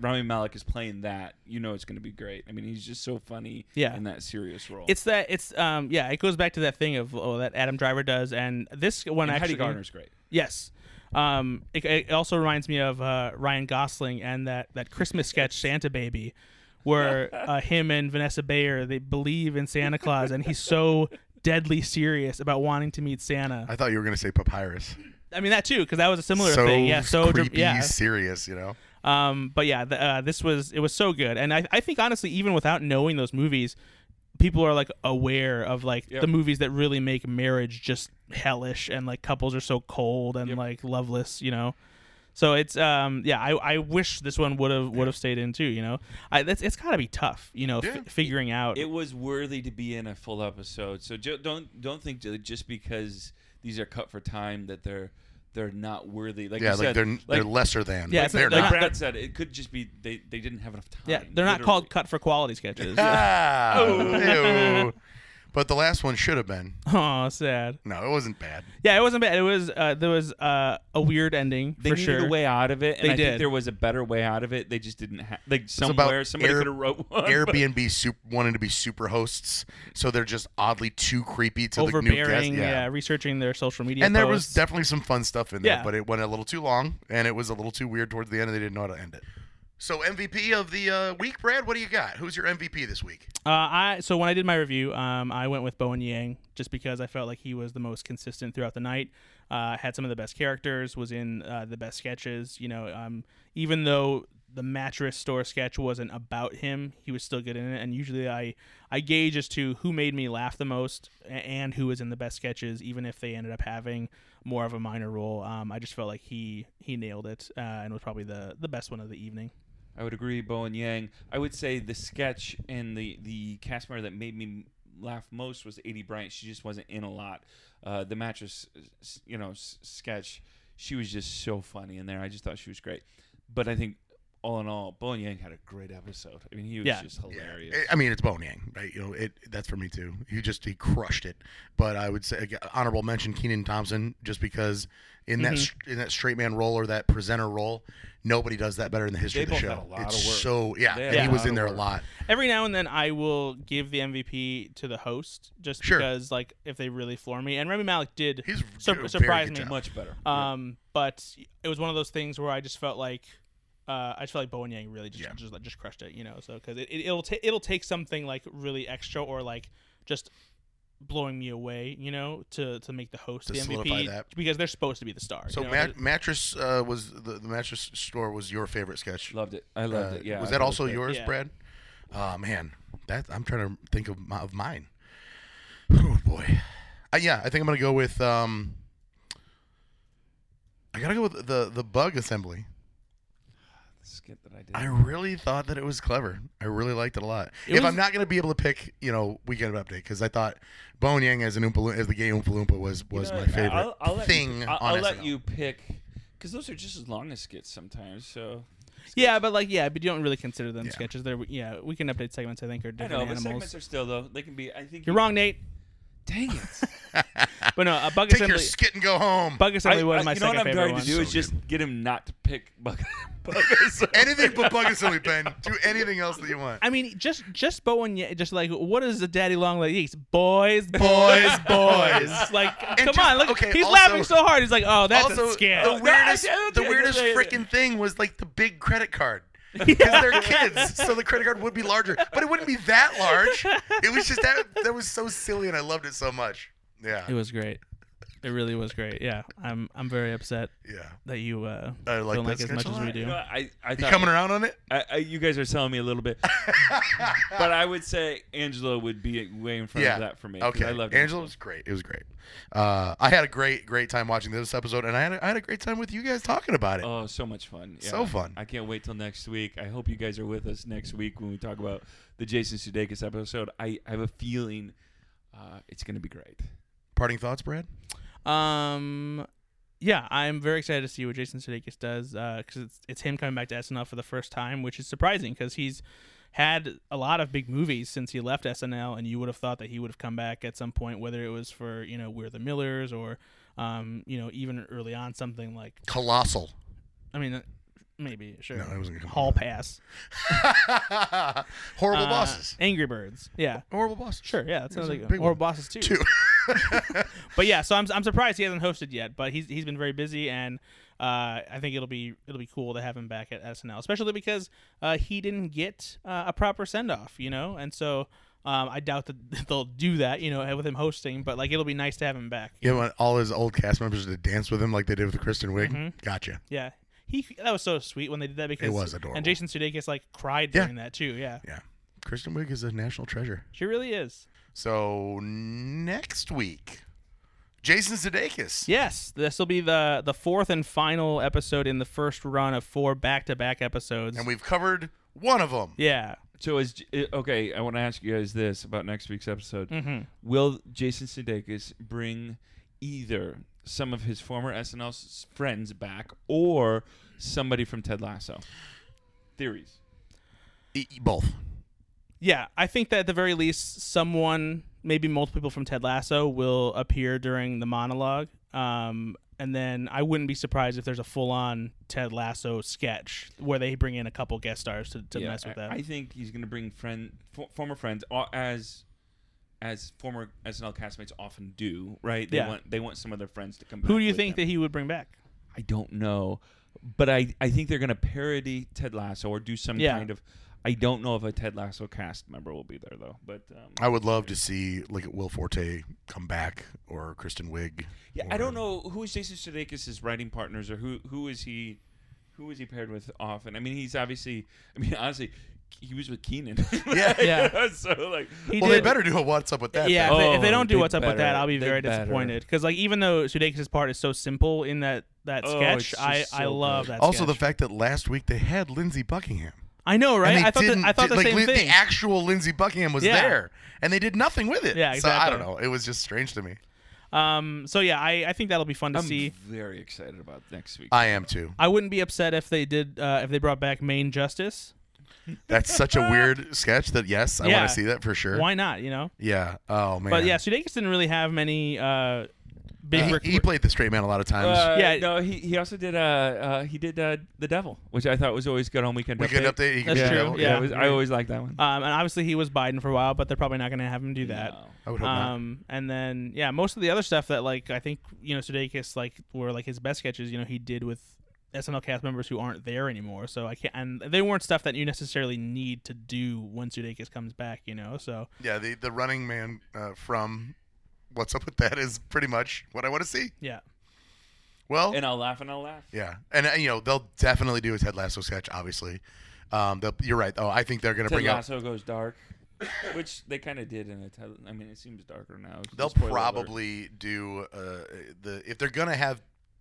Speaker 3: Rami Malek is playing that, you know, it's going to be great. I mean, he's just so funny.
Speaker 1: Yeah.
Speaker 3: In that serious role.
Speaker 1: It's that it's um yeah, it goes back to that thing of oh that Adam Driver does and this one
Speaker 3: and
Speaker 1: actually
Speaker 3: Heidi Garner's great.
Speaker 1: Yes. Um, it, it also reminds me of uh, Ryan Gosling and that, that Christmas sketch Santa Baby, where uh, him and Vanessa Bayer they believe in Santa Claus, and he's so deadly serious about wanting to meet Santa.
Speaker 2: I thought you were going to say papyrus.
Speaker 1: I mean that too, because that was a similar
Speaker 2: so
Speaker 1: thing. Yeah, so dr-
Speaker 2: creepy,
Speaker 1: yeah.
Speaker 2: serious. You know,
Speaker 1: Um, but yeah, the, uh, this was it was so good, and I, I think honestly, even without knowing those movies, people are like aware of like
Speaker 3: Yep.
Speaker 1: the movies that really make marriage just hellish and like couples are so cold and like loveless, you know. So it's um yeah I, I wish this one would have would have stayed in too you know I that's it's gotta be tough you know
Speaker 2: Yeah.
Speaker 1: f- figuring out
Speaker 3: It was worthy to be in a full episode. So ju- don't don't think ju- just because these are cut for time that they're they're not worthy. Like
Speaker 2: yeah,
Speaker 3: you
Speaker 2: like
Speaker 3: said,
Speaker 2: they're
Speaker 3: like,
Speaker 2: they're lesser than.
Speaker 1: Yeah,
Speaker 2: Yeah,
Speaker 1: it's-
Speaker 2: they're
Speaker 1: they're
Speaker 3: like
Speaker 2: not.
Speaker 1: not-
Speaker 3: Brad said, it could just be they, they didn't have enough time.
Speaker 1: yeah they're not called
Speaker 3: literally.
Speaker 1: cut for quality sketches
Speaker 2: Ah, ew. But the last one should have been.
Speaker 1: Oh, sad.
Speaker 2: No, it wasn't bad.
Speaker 1: Yeah, it wasn't bad. It was uh, there was uh, a weird ending
Speaker 3: They
Speaker 1: for
Speaker 3: needed
Speaker 1: sure.
Speaker 3: a way out of it, and
Speaker 1: They
Speaker 3: I
Speaker 1: did.
Speaker 3: think there was a better way out of it. They just didn't have like
Speaker 2: about
Speaker 3: somewhere somebody
Speaker 2: air-
Speaker 3: could have wrote one. but-
Speaker 2: Airbnb super, wanted to be super hosts, so they're just oddly too creepy to the new guests.
Speaker 1: Overbearing, yeah. researching their social media.
Speaker 2: And there was
Speaker 1: posts.
Speaker 2: definitely some fun stuff in there,
Speaker 1: Yeah.
Speaker 2: but it went a little too long, and it was a little too weird towards the end, and they didn't know how to end it. So MVP of the uh, week, Brad. What do you got? Who's your MVP this week?
Speaker 1: Uh, I so when I did my review, um, I went with Bowen Yang just because I felt like he was the most consistent throughout the night. Uh, had some of the best characters, was in uh, the best sketches. You know, um, even though the mattress store sketch wasn't about him, he was still good in it. And usually, I I gauge as to who made me laugh the most a- and who was in the best sketches, even if they ended up having more of a minor role. Um, I just felt like he he nailed it uh, and was probably the the best one of the evening.
Speaker 3: I would agree, Bowen Yang. I would say the sketch and the the cast member that made me laugh most was Adie Bryant. She just wasn't in a lot. Uh, the mattress, s- you know, s- sketch. She was just so funny in there. I just thought she was great. But I think all in all, Bowen Yang had a great episode. I mean, he was
Speaker 1: Yeah.
Speaker 3: just hilarious.
Speaker 2: I- I mean, it's Bone Yang, right? You know, it that's for me too. He just he crushed it. But I would say again, honorable mention Keenan Thompson, just because in
Speaker 3: Mm-hmm.
Speaker 2: that
Speaker 1: Mhm.
Speaker 2: str- in that straight man role or that presenter role, nobody does that better in the history
Speaker 3: They
Speaker 2: of the
Speaker 3: both
Speaker 2: show.
Speaker 3: had a lot
Speaker 2: it's
Speaker 3: of work.
Speaker 2: so yeah,
Speaker 3: They
Speaker 2: and
Speaker 1: had
Speaker 2: he
Speaker 1: a
Speaker 2: was
Speaker 3: lot
Speaker 2: in
Speaker 3: of
Speaker 2: there a
Speaker 3: work.
Speaker 2: lot.
Speaker 1: Every now and then, I will give the MVP to the host just
Speaker 2: Sure.
Speaker 1: because, like, if they really floor me. And Remy Malik did,
Speaker 2: He's
Speaker 1: Sur-
Speaker 2: doing a very
Speaker 1: surprised
Speaker 2: good
Speaker 1: me.
Speaker 2: job.
Speaker 3: Much better.
Speaker 1: um, but it was one of those things where I just felt like, uh, I just felt like Bowen Yang really just
Speaker 2: Yeah.
Speaker 1: just, just crushed it, you know. So because it, it, it'll ta- it'll take something like really extra or like just blowing me away, you know, to to make the host
Speaker 2: To
Speaker 1: the
Speaker 2: solidify
Speaker 1: MVP
Speaker 2: that.
Speaker 1: because they're supposed to be the star.
Speaker 2: So
Speaker 1: you know?
Speaker 2: mat- mattress uh, was the, the mattress store was your favorite sketch.
Speaker 3: Yeah. loved it. I loved
Speaker 2: Uh,
Speaker 3: it. Yeah.
Speaker 2: was
Speaker 3: I
Speaker 2: that
Speaker 3: thought it
Speaker 2: also
Speaker 3: great.
Speaker 2: yours,
Speaker 1: Yeah.
Speaker 2: Brad? Oh man, that I'm trying to think of my, of mine. Oh boy, uh, yeah, I think I'm gonna go with. Um, I gotta go with the the bug assembly.
Speaker 3: The skit that I did.
Speaker 2: I really thought that it was clever. I really liked it a lot.
Speaker 1: It
Speaker 2: if
Speaker 1: was-
Speaker 2: I'm not gonna be able to pick, you know, weekend update because I thought Bone Yang as an Oompa Loompa, as the gay Oompa Loompa was was
Speaker 3: You know,
Speaker 2: my favorite
Speaker 3: I'll, I'll let
Speaker 2: thing.
Speaker 3: You, I'll,
Speaker 2: on
Speaker 3: I'll let
Speaker 2: SNL.
Speaker 3: you pick because those are just as long as skits sometimes. So
Speaker 1: yeah, but like yeah, but you don't really consider them
Speaker 2: Yeah.
Speaker 1: sketches. They're yeah, we can update segments. I think are
Speaker 3: I
Speaker 1: different
Speaker 3: know, but
Speaker 1: animals.
Speaker 3: segments are still though they can be. I think
Speaker 1: You're wrong, Nate.
Speaker 3: Dang it!
Speaker 1: But no, a bug
Speaker 2: Take
Speaker 1: assembly.
Speaker 2: your skit and go home.
Speaker 1: Bug
Speaker 3: I,
Speaker 1: Assembly was
Speaker 3: I-
Speaker 1: my
Speaker 3: you know
Speaker 1: second
Speaker 3: what I'm
Speaker 1: favorite
Speaker 3: going
Speaker 1: one.
Speaker 3: to do
Speaker 2: So
Speaker 3: is just get him not to pick Bug. Bug
Speaker 2: Anything but bug assembly, Ben. Do anything else that you want.
Speaker 1: I mean, just just Bowen, Yang- just like what is the daddy long leg eats? Boys,
Speaker 2: Boys,
Speaker 1: boys,
Speaker 2: boys.
Speaker 1: boys. like, come
Speaker 2: just-
Speaker 1: on, look,
Speaker 2: okay,
Speaker 1: he's
Speaker 2: also-
Speaker 1: laughing so hard. He's like, oh, that's
Speaker 2: also,
Speaker 1: a scam.
Speaker 2: the weirdest,
Speaker 3: No, I- I-
Speaker 2: the weirdest
Speaker 3: I- I-
Speaker 2: freaking thing was like the big credit card. Because they're kids, so the credit card would be larger, but it wouldn't be that large. It was just that that was so silly, and I loved it so much. Yeah,
Speaker 1: it was great. It really was great. Yeah, I'm I'm very upset
Speaker 2: yeah.
Speaker 1: that you uh,
Speaker 2: I like
Speaker 1: don't
Speaker 2: that
Speaker 1: like as
Speaker 2: sketch
Speaker 1: much
Speaker 2: a
Speaker 1: as we
Speaker 2: lot.
Speaker 1: do.
Speaker 3: You know, I, I
Speaker 2: You
Speaker 3: thought,
Speaker 2: coming around on it?
Speaker 3: I, I, you guys are selling me a little bit, but I would say Angela would be way in front
Speaker 2: Yeah.
Speaker 3: of that for me. 'cause
Speaker 2: Okay,
Speaker 3: I loved
Speaker 2: Angela was great. It was great. Uh, I had a great, great time watching this episode, and I had a, I had a great time with you guys talking about it.
Speaker 3: Oh, so much fun! Yeah.
Speaker 2: So fun.
Speaker 3: I can't wait till next week. I hope you guys are with us next week when we talk about the Jason Sudeikis episode. I, I have a feeling uh, it's going to be great.
Speaker 2: Parting thoughts, Brad?
Speaker 1: Um, yeah, I'm very excited to see what Jason Sudeikis does because it's it's him coming back to SNL for the first time, which is surprising because he's had a lot of big movies since he left SNL, and you would have thought that he would have come back at some point, whether it was for you know We're the Millers or um, you know even early on something like
Speaker 2: Colossal.
Speaker 1: I mean. uh, Maybe sure.
Speaker 2: No, I wasn't gonna-
Speaker 1: Hall Pass.
Speaker 2: Horrible
Speaker 1: Uh,
Speaker 2: bosses.
Speaker 1: Angry Birds. Yeah.
Speaker 2: Horrible bosses.
Speaker 1: Sure. Yeah. That's
Speaker 2: was
Speaker 1: another
Speaker 2: a
Speaker 1: good
Speaker 2: big
Speaker 1: one. Or
Speaker 2: one.
Speaker 1: Bosses too.
Speaker 2: Two.
Speaker 1: But yeah, so I'm, I'm surprised he hasn't hosted yet, but he's he's been very busy, and uh, I think it'll be it'll be cool to have him back at SNL, especially because uh, he didn't get uh, a proper send off, you know, and so um, I doubt that they'll do that, you know, with him hosting, but like it'll be nice to have him back.
Speaker 2: You want all his old cast members to dance with him like they did with Kristen Wiig. Gotcha.
Speaker 1: Yeah, he that was so sweet when they did that because
Speaker 2: was adorable.
Speaker 1: and Jason Sudeikis like cried
Speaker 2: Yeah.
Speaker 1: during that too. Yeah,
Speaker 2: Yeah, Kristen Wiig is a national treasure.
Speaker 1: she really is.
Speaker 2: So next week, Jason Sudeikis.
Speaker 1: Yes, this will be the the fourth and final episode in the first run of four back to back episodes.
Speaker 2: and we've covered one of them.
Speaker 1: yeah.
Speaker 3: So is J- uh, okay. I want to ask you guys this about next week's episode. Will Jason Sudeikis bring either some of his former SNL s- friends back or somebody from Ted Lasso? Theories.
Speaker 2: E- e- both.
Speaker 1: Yeah, I think that at the very least, someone maybe multiple people from Ted Lasso will appear during the monologue. Um, and then I wouldn't be surprised if there's a full on Ted Lasso sketch where they bring in a couple guest stars to, to
Speaker 3: Yeah,
Speaker 1: mess with
Speaker 3: I-
Speaker 1: that.
Speaker 3: I think he's going to bring friend, for, former friends, uh, as as former SNL castmates often do, right? They
Speaker 1: Yeah.
Speaker 3: want they want some of their friends to come.
Speaker 1: Who
Speaker 3: back
Speaker 1: do you
Speaker 3: with
Speaker 1: think
Speaker 3: them.
Speaker 1: that he would bring back?
Speaker 3: I don't know, but I I think they're going to parody Ted Lasso or do some
Speaker 1: Yeah.
Speaker 3: kind of. I don't know if a Ted Lasso cast member will be there though, but um,
Speaker 2: I would love to see like Will Forte come back or Kristen Wiig.
Speaker 3: Yeah,
Speaker 2: or-
Speaker 3: I don't know who is Jason Sudeikis' writing partners or who who is he who is he paired with often. I mean, he's obviously. I mean, honestly, he was with Keenan.
Speaker 2: Yeah.
Speaker 1: Yeah.
Speaker 3: so like,
Speaker 1: He
Speaker 2: Well, they better do a what's up with that.
Speaker 1: yeah,
Speaker 2: then.
Speaker 1: if, they, if they
Speaker 3: Oh,
Speaker 1: don't do
Speaker 3: they
Speaker 1: what's up with that,
Speaker 3: better.
Speaker 1: I'll be
Speaker 3: They
Speaker 1: very
Speaker 3: better.
Speaker 1: disappointed. Because like even though Sudeikis' part is so simple in that that
Speaker 3: Oh,
Speaker 1: sketch,
Speaker 3: it's
Speaker 1: I,
Speaker 3: just
Speaker 1: I
Speaker 3: so
Speaker 1: love
Speaker 3: good.
Speaker 1: that.
Speaker 2: Also, the
Speaker 1: sketch.
Speaker 2: fact that last week they had Lindsey Buckingham.
Speaker 1: I know, right?
Speaker 2: And they
Speaker 1: I thought
Speaker 2: didn't
Speaker 1: the, I thought
Speaker 2: di-
Speaker 1: the
Speaker 2: like,
Speaker 1: same
Speaker 2: Lin-
Speaker 1: thing.
Speaker 2: The actual Lindsey Buckingham was
Speaker 1: Yeah.
Speaker 2: there, and they did nothing with it.
Speaker 1: Yeah,
Speaker 2: So I don't
Speaker 1: exactly.
Speaker 2: know. It was just strange to me.
Speaker 1: um, so yeah, I, I think that'll be fun to
Speaker 3: I'm
Speaker 1: see.
Speaker 3: very excited about next week.
Speaker 2: I am too.
Speaker 1: I wouldn't be upset if they did uh, if they brought back Main Justice.
Speaker 2: That's such a weird sketch that yes, I
Speaker 1: Yeah.
Speaker 2: want to see that for sure.
Speaker 1: Why not? You know.
Speaker 2: Yeah. Oh man.
Speaker 1: But yeah, Sudeikis didn't really have many uh, big.
Speaker 2: he,
Speaker 1: rec-
Speaker 2: he played the straight man a lot of times.
Speaker 3: Uh,
Speaker 1: Yeah.
Speaker 3: yeah, no, he, he also did uh, uh he did uh, the devil, which I thought was always good on weekend.
Speaker 2: Weekend
Speaker 3: update.
Speaker 2: update. He could
Speaker 1: That's
Speaker 2: do
Speaker 1: true,
Speaker 2: Devil.
Speaker 1: yeah.
Speaker 3: it was- I always like that one.
Speaker 1: um, and obviously he was Biden for a while, but they're probably not going to have him do that.
Speaker 3: No.
Speaker 2: I would hope not.
Speaker 1: Um, and then yeah, most of the other stuff that like I think you know Sudeikis like were like his best sketches. You know he did with SNL cast members who aren't there anymore. So I can't, and they weren't stuff that you necessarily need to do when Sudeikis comes back. You know, so
Speaker 2: Yeah. The the running man uh, from What's Up with That is pretty much what I want to see.
Speaker 1: yeah,
Speaker 2: Well,
Speaker 3: And I'll laugh and I'll laugh.
Speaker 2: yeah, and uh, you know they'll definitely do a Ted Lasso sketch. Obviously, um, they'll- you're right. Oh, I think they're gonna
Speaker 3: Ted
Speaker 2: bring up.
Speaker 3: Lasso goes dark, which they kind of did in a. Ted, I mean, it seems darker now.
Speaker 2: They'll
Speaker 3: Spoiler alert.
Speaker 2: probably do uh, the if they're gonna have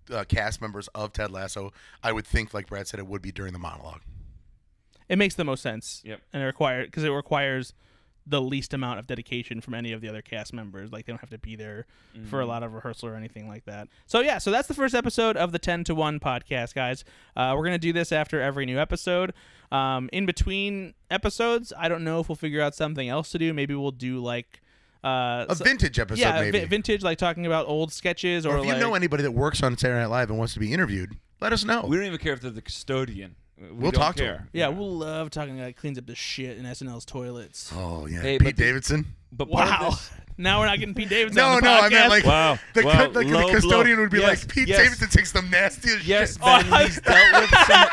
Speaker 2: uh, cast members of Ted Lasso. I would think, like Brad said, it would be during the monologue.
Speaker 1: it makes the most sense.
Speaker 3: Yep.
Speaker 1: and it require because it requires the least amount of dedication from any of the other cast members. Like they don't have to be there
Speaker 2: Mm-hmm.
Speaker 1: for a lot of rehearsal or anything like that. So yeah, so that's the first episode of the Ten to One podcast, guys. Uh, we're gonna do this after every new episode. Um, in between episodes, I don't know if we'll figure out something else to do. Maybe we'll do like uh,
Speaker 2: A
Speaker 1: so-
Speaker 2: vintage episode,
Speaker 1: yeah, vi-
Speaker 2: maybe.
Speaker 1: vintage, like talking about old sketches or,
Speaker 2: or if you
Speaker 1: like-
Speaker 2: know anybody that works on Saturday Night Live and wants to be interviewed, let us know.
Speaker 3: We don't even care if they're the custodian. We
Speaker 2: Oh. We'll
Speaker 3: don't
Speaker 2: talk to
Speaker 3: care.
Speaker 2: them.
Speaker 1: yeah, we'll love talking like cleans up the shit in SNL's toilets.
Speaker 2: oh yeah,
Speaker 3: Hey,
Speaker 2: Pete
Speaker 3: but the-
Speaker 2: Davidson.
Speaker 3: But part of
Speaker 1: Wow.
Speaker 3: this-
Speaker 1: now we're not getting Pete Davidson.
Speaker 2: No,
Speaker 1: on the
Speaker 2: no, I
Speaker 1: podcast.
Speaker 2: meant like
Speaker 3: Wow,
Speaker 2: the, cu-
Speaker 3: wow,
Speaker 2: like, the
Speaker 3: low blow.
Speaker 2: custodian would be
Speaker 3: Yes,
Speaker 2: like Pete
Speaker 3: yes.
Speaker 2: Davidson takes the nastiest
Speaker 3: yes,
Speaker 2: shit.
Speaker 3: Ben,
Speaker 1: Oh, I-
Speaker 3: he's dealt with some.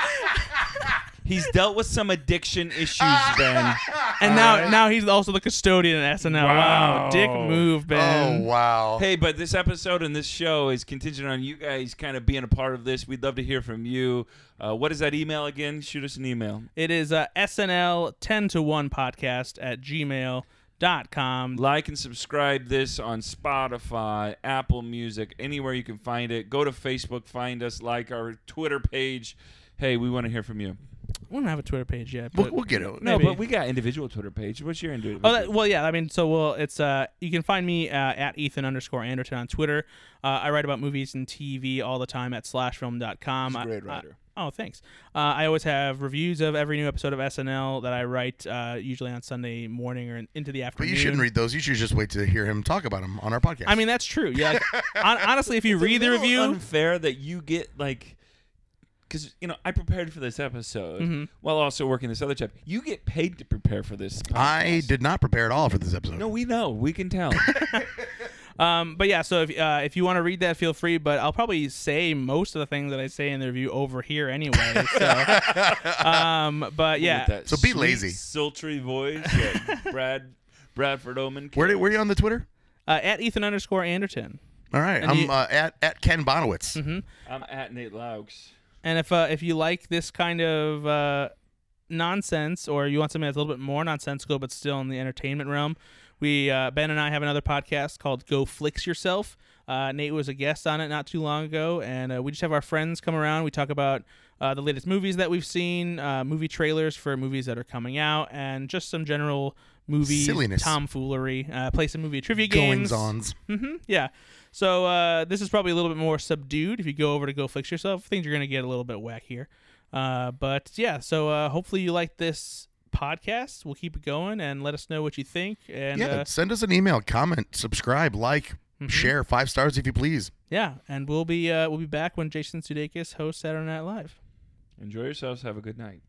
Speaker 3: he's dealt with some addiction issues,
Speaker 1: Ah.
Speaker 3: Ben.
Speaker 1: And now, now he's also the custodian at SNL. Wow,
Speaker 3: Wow.
Speaker 1: dick move,
Speaker 2: Oh
Speaker 1: Ben.
Speaker 2: wow.
Speaker 3: Hey, but this episode and this show is contingent on you guys kind of being a part of this. We'd love to hear from you. Uh, what is that email again? Shoot us an email.
Speaker 1: It is uh, SNL ten to one podcast at gmail.com.
Speaker 3: Like and subscribe this on Spotify, Apple Music, anywhere you can find it. Go to Facebook, find us, like our Twitter page. Hey, we want to hear from you.
Speaker 1: We don't have a Twitter page yet.
Speaker 2: We'll,
Speaker 1: But,
Speaker 2: we'll get it.
Speaker 1: No,
Speaker 3: No,
Speaker 1: Maybe.
Speaker 3: but we got individual Twitter page. What's your individual?
Speaker 1: oh, that, well, yeah. I mean, so well, it's uh, you can find me uh, at Ethan underscore Anderton on Twitter. Uh, I write about movies and TV all the time at slashfilm.com.
Speaker 3: He's a great
Speaker 1: I- I-
Speaker 3: writer.
Speaker 1: Oh, thanks. Uh, I always have reviews of every new episode of SNL that I write, uh, usually on Sunday morning or in, into the
Speaker 2: But
Speaker 1: afternoon.
Speaker 2: you shouldn't read those. You should just wait to hear him talk about them on our podcast.
Speaker 1: I mean, that's true. Yeah. like, hon- honestly, if you
Speaker 3: It's a
Speaker 1: read the
Speaker 3: little
Speaker 1: review,
Speaker 3: Unfair that you get like, because you know I prepared for this episode
Speaker 1: Mm-hmm.
Speaker 3: while also working this other job. You get paid to prepare for this. Podcast.
Speaker 2: I did not prepare at all for this episode.
Speaker 3: No, we know. We can tell.
Speaker 1: Um, but yeah, so if uh, if you want to read that, feel free. But I'll probably say most of the things that I say in the review over here anyway. So, um, but
Speaker 3: With
Speaker 1: yeah,
Speaker 3: that
Speaker 2: So be
Speaker 3: sweet,
Speaker 2: lazy.
Speaker 3: Sultry voice. that Brad. Bradford Oman.
Speaker 2: Where were you on the Twitter?
Speaker 1: uh, at Ethan underscore Anderton.
Speaker 2: All right,
Speaker 1: And
Speaker 2: I'm
Speaker 1: you-
Speaker 2: uh, at at Ken Bonowitz.
Speaker 3: I'm at Nate Laux.
Speaker 1: And if uh, if you like this kind of uh, nonsense, or you want something that's a little bit more nonsensical but still in the entertainment realm, we uh, Ben and I have another podcast called Go Flix Yourself. Uh, Nate was a guest on it not too long ago, and uh, we just have our friends come around. We talk about uh, the latest movies that we've seen, uh, movie trailers for movies that are coming out, and just some general movie
Speaker 2: Silliness.
Speaker 1: tomfoolery. Uh, play some movie trivia games.
Speaker 2: Goings ons.
Speaker 1: Mm-hmm. Yeah. So uh, this is probably a little bit more subdued. If you go over to Go Fix Yourself, things are going to get a little bit wackier. Uh, but yeah, so uh, hopefully you like this podcast. We'll keep it going and let us know what you think. And
Speaker 2: yeah,
Speaker 1: uh, Mm-hmm.
Speaker 2: send us an email, comment, subscribe, like, share, five stars if you please.
Speaker 1: yeah, and we'll be uh, we'll be back when Jason Sudeikis hosts Saturday Night Live.
Speaker 3: Enjoy yourselves. Have a good night.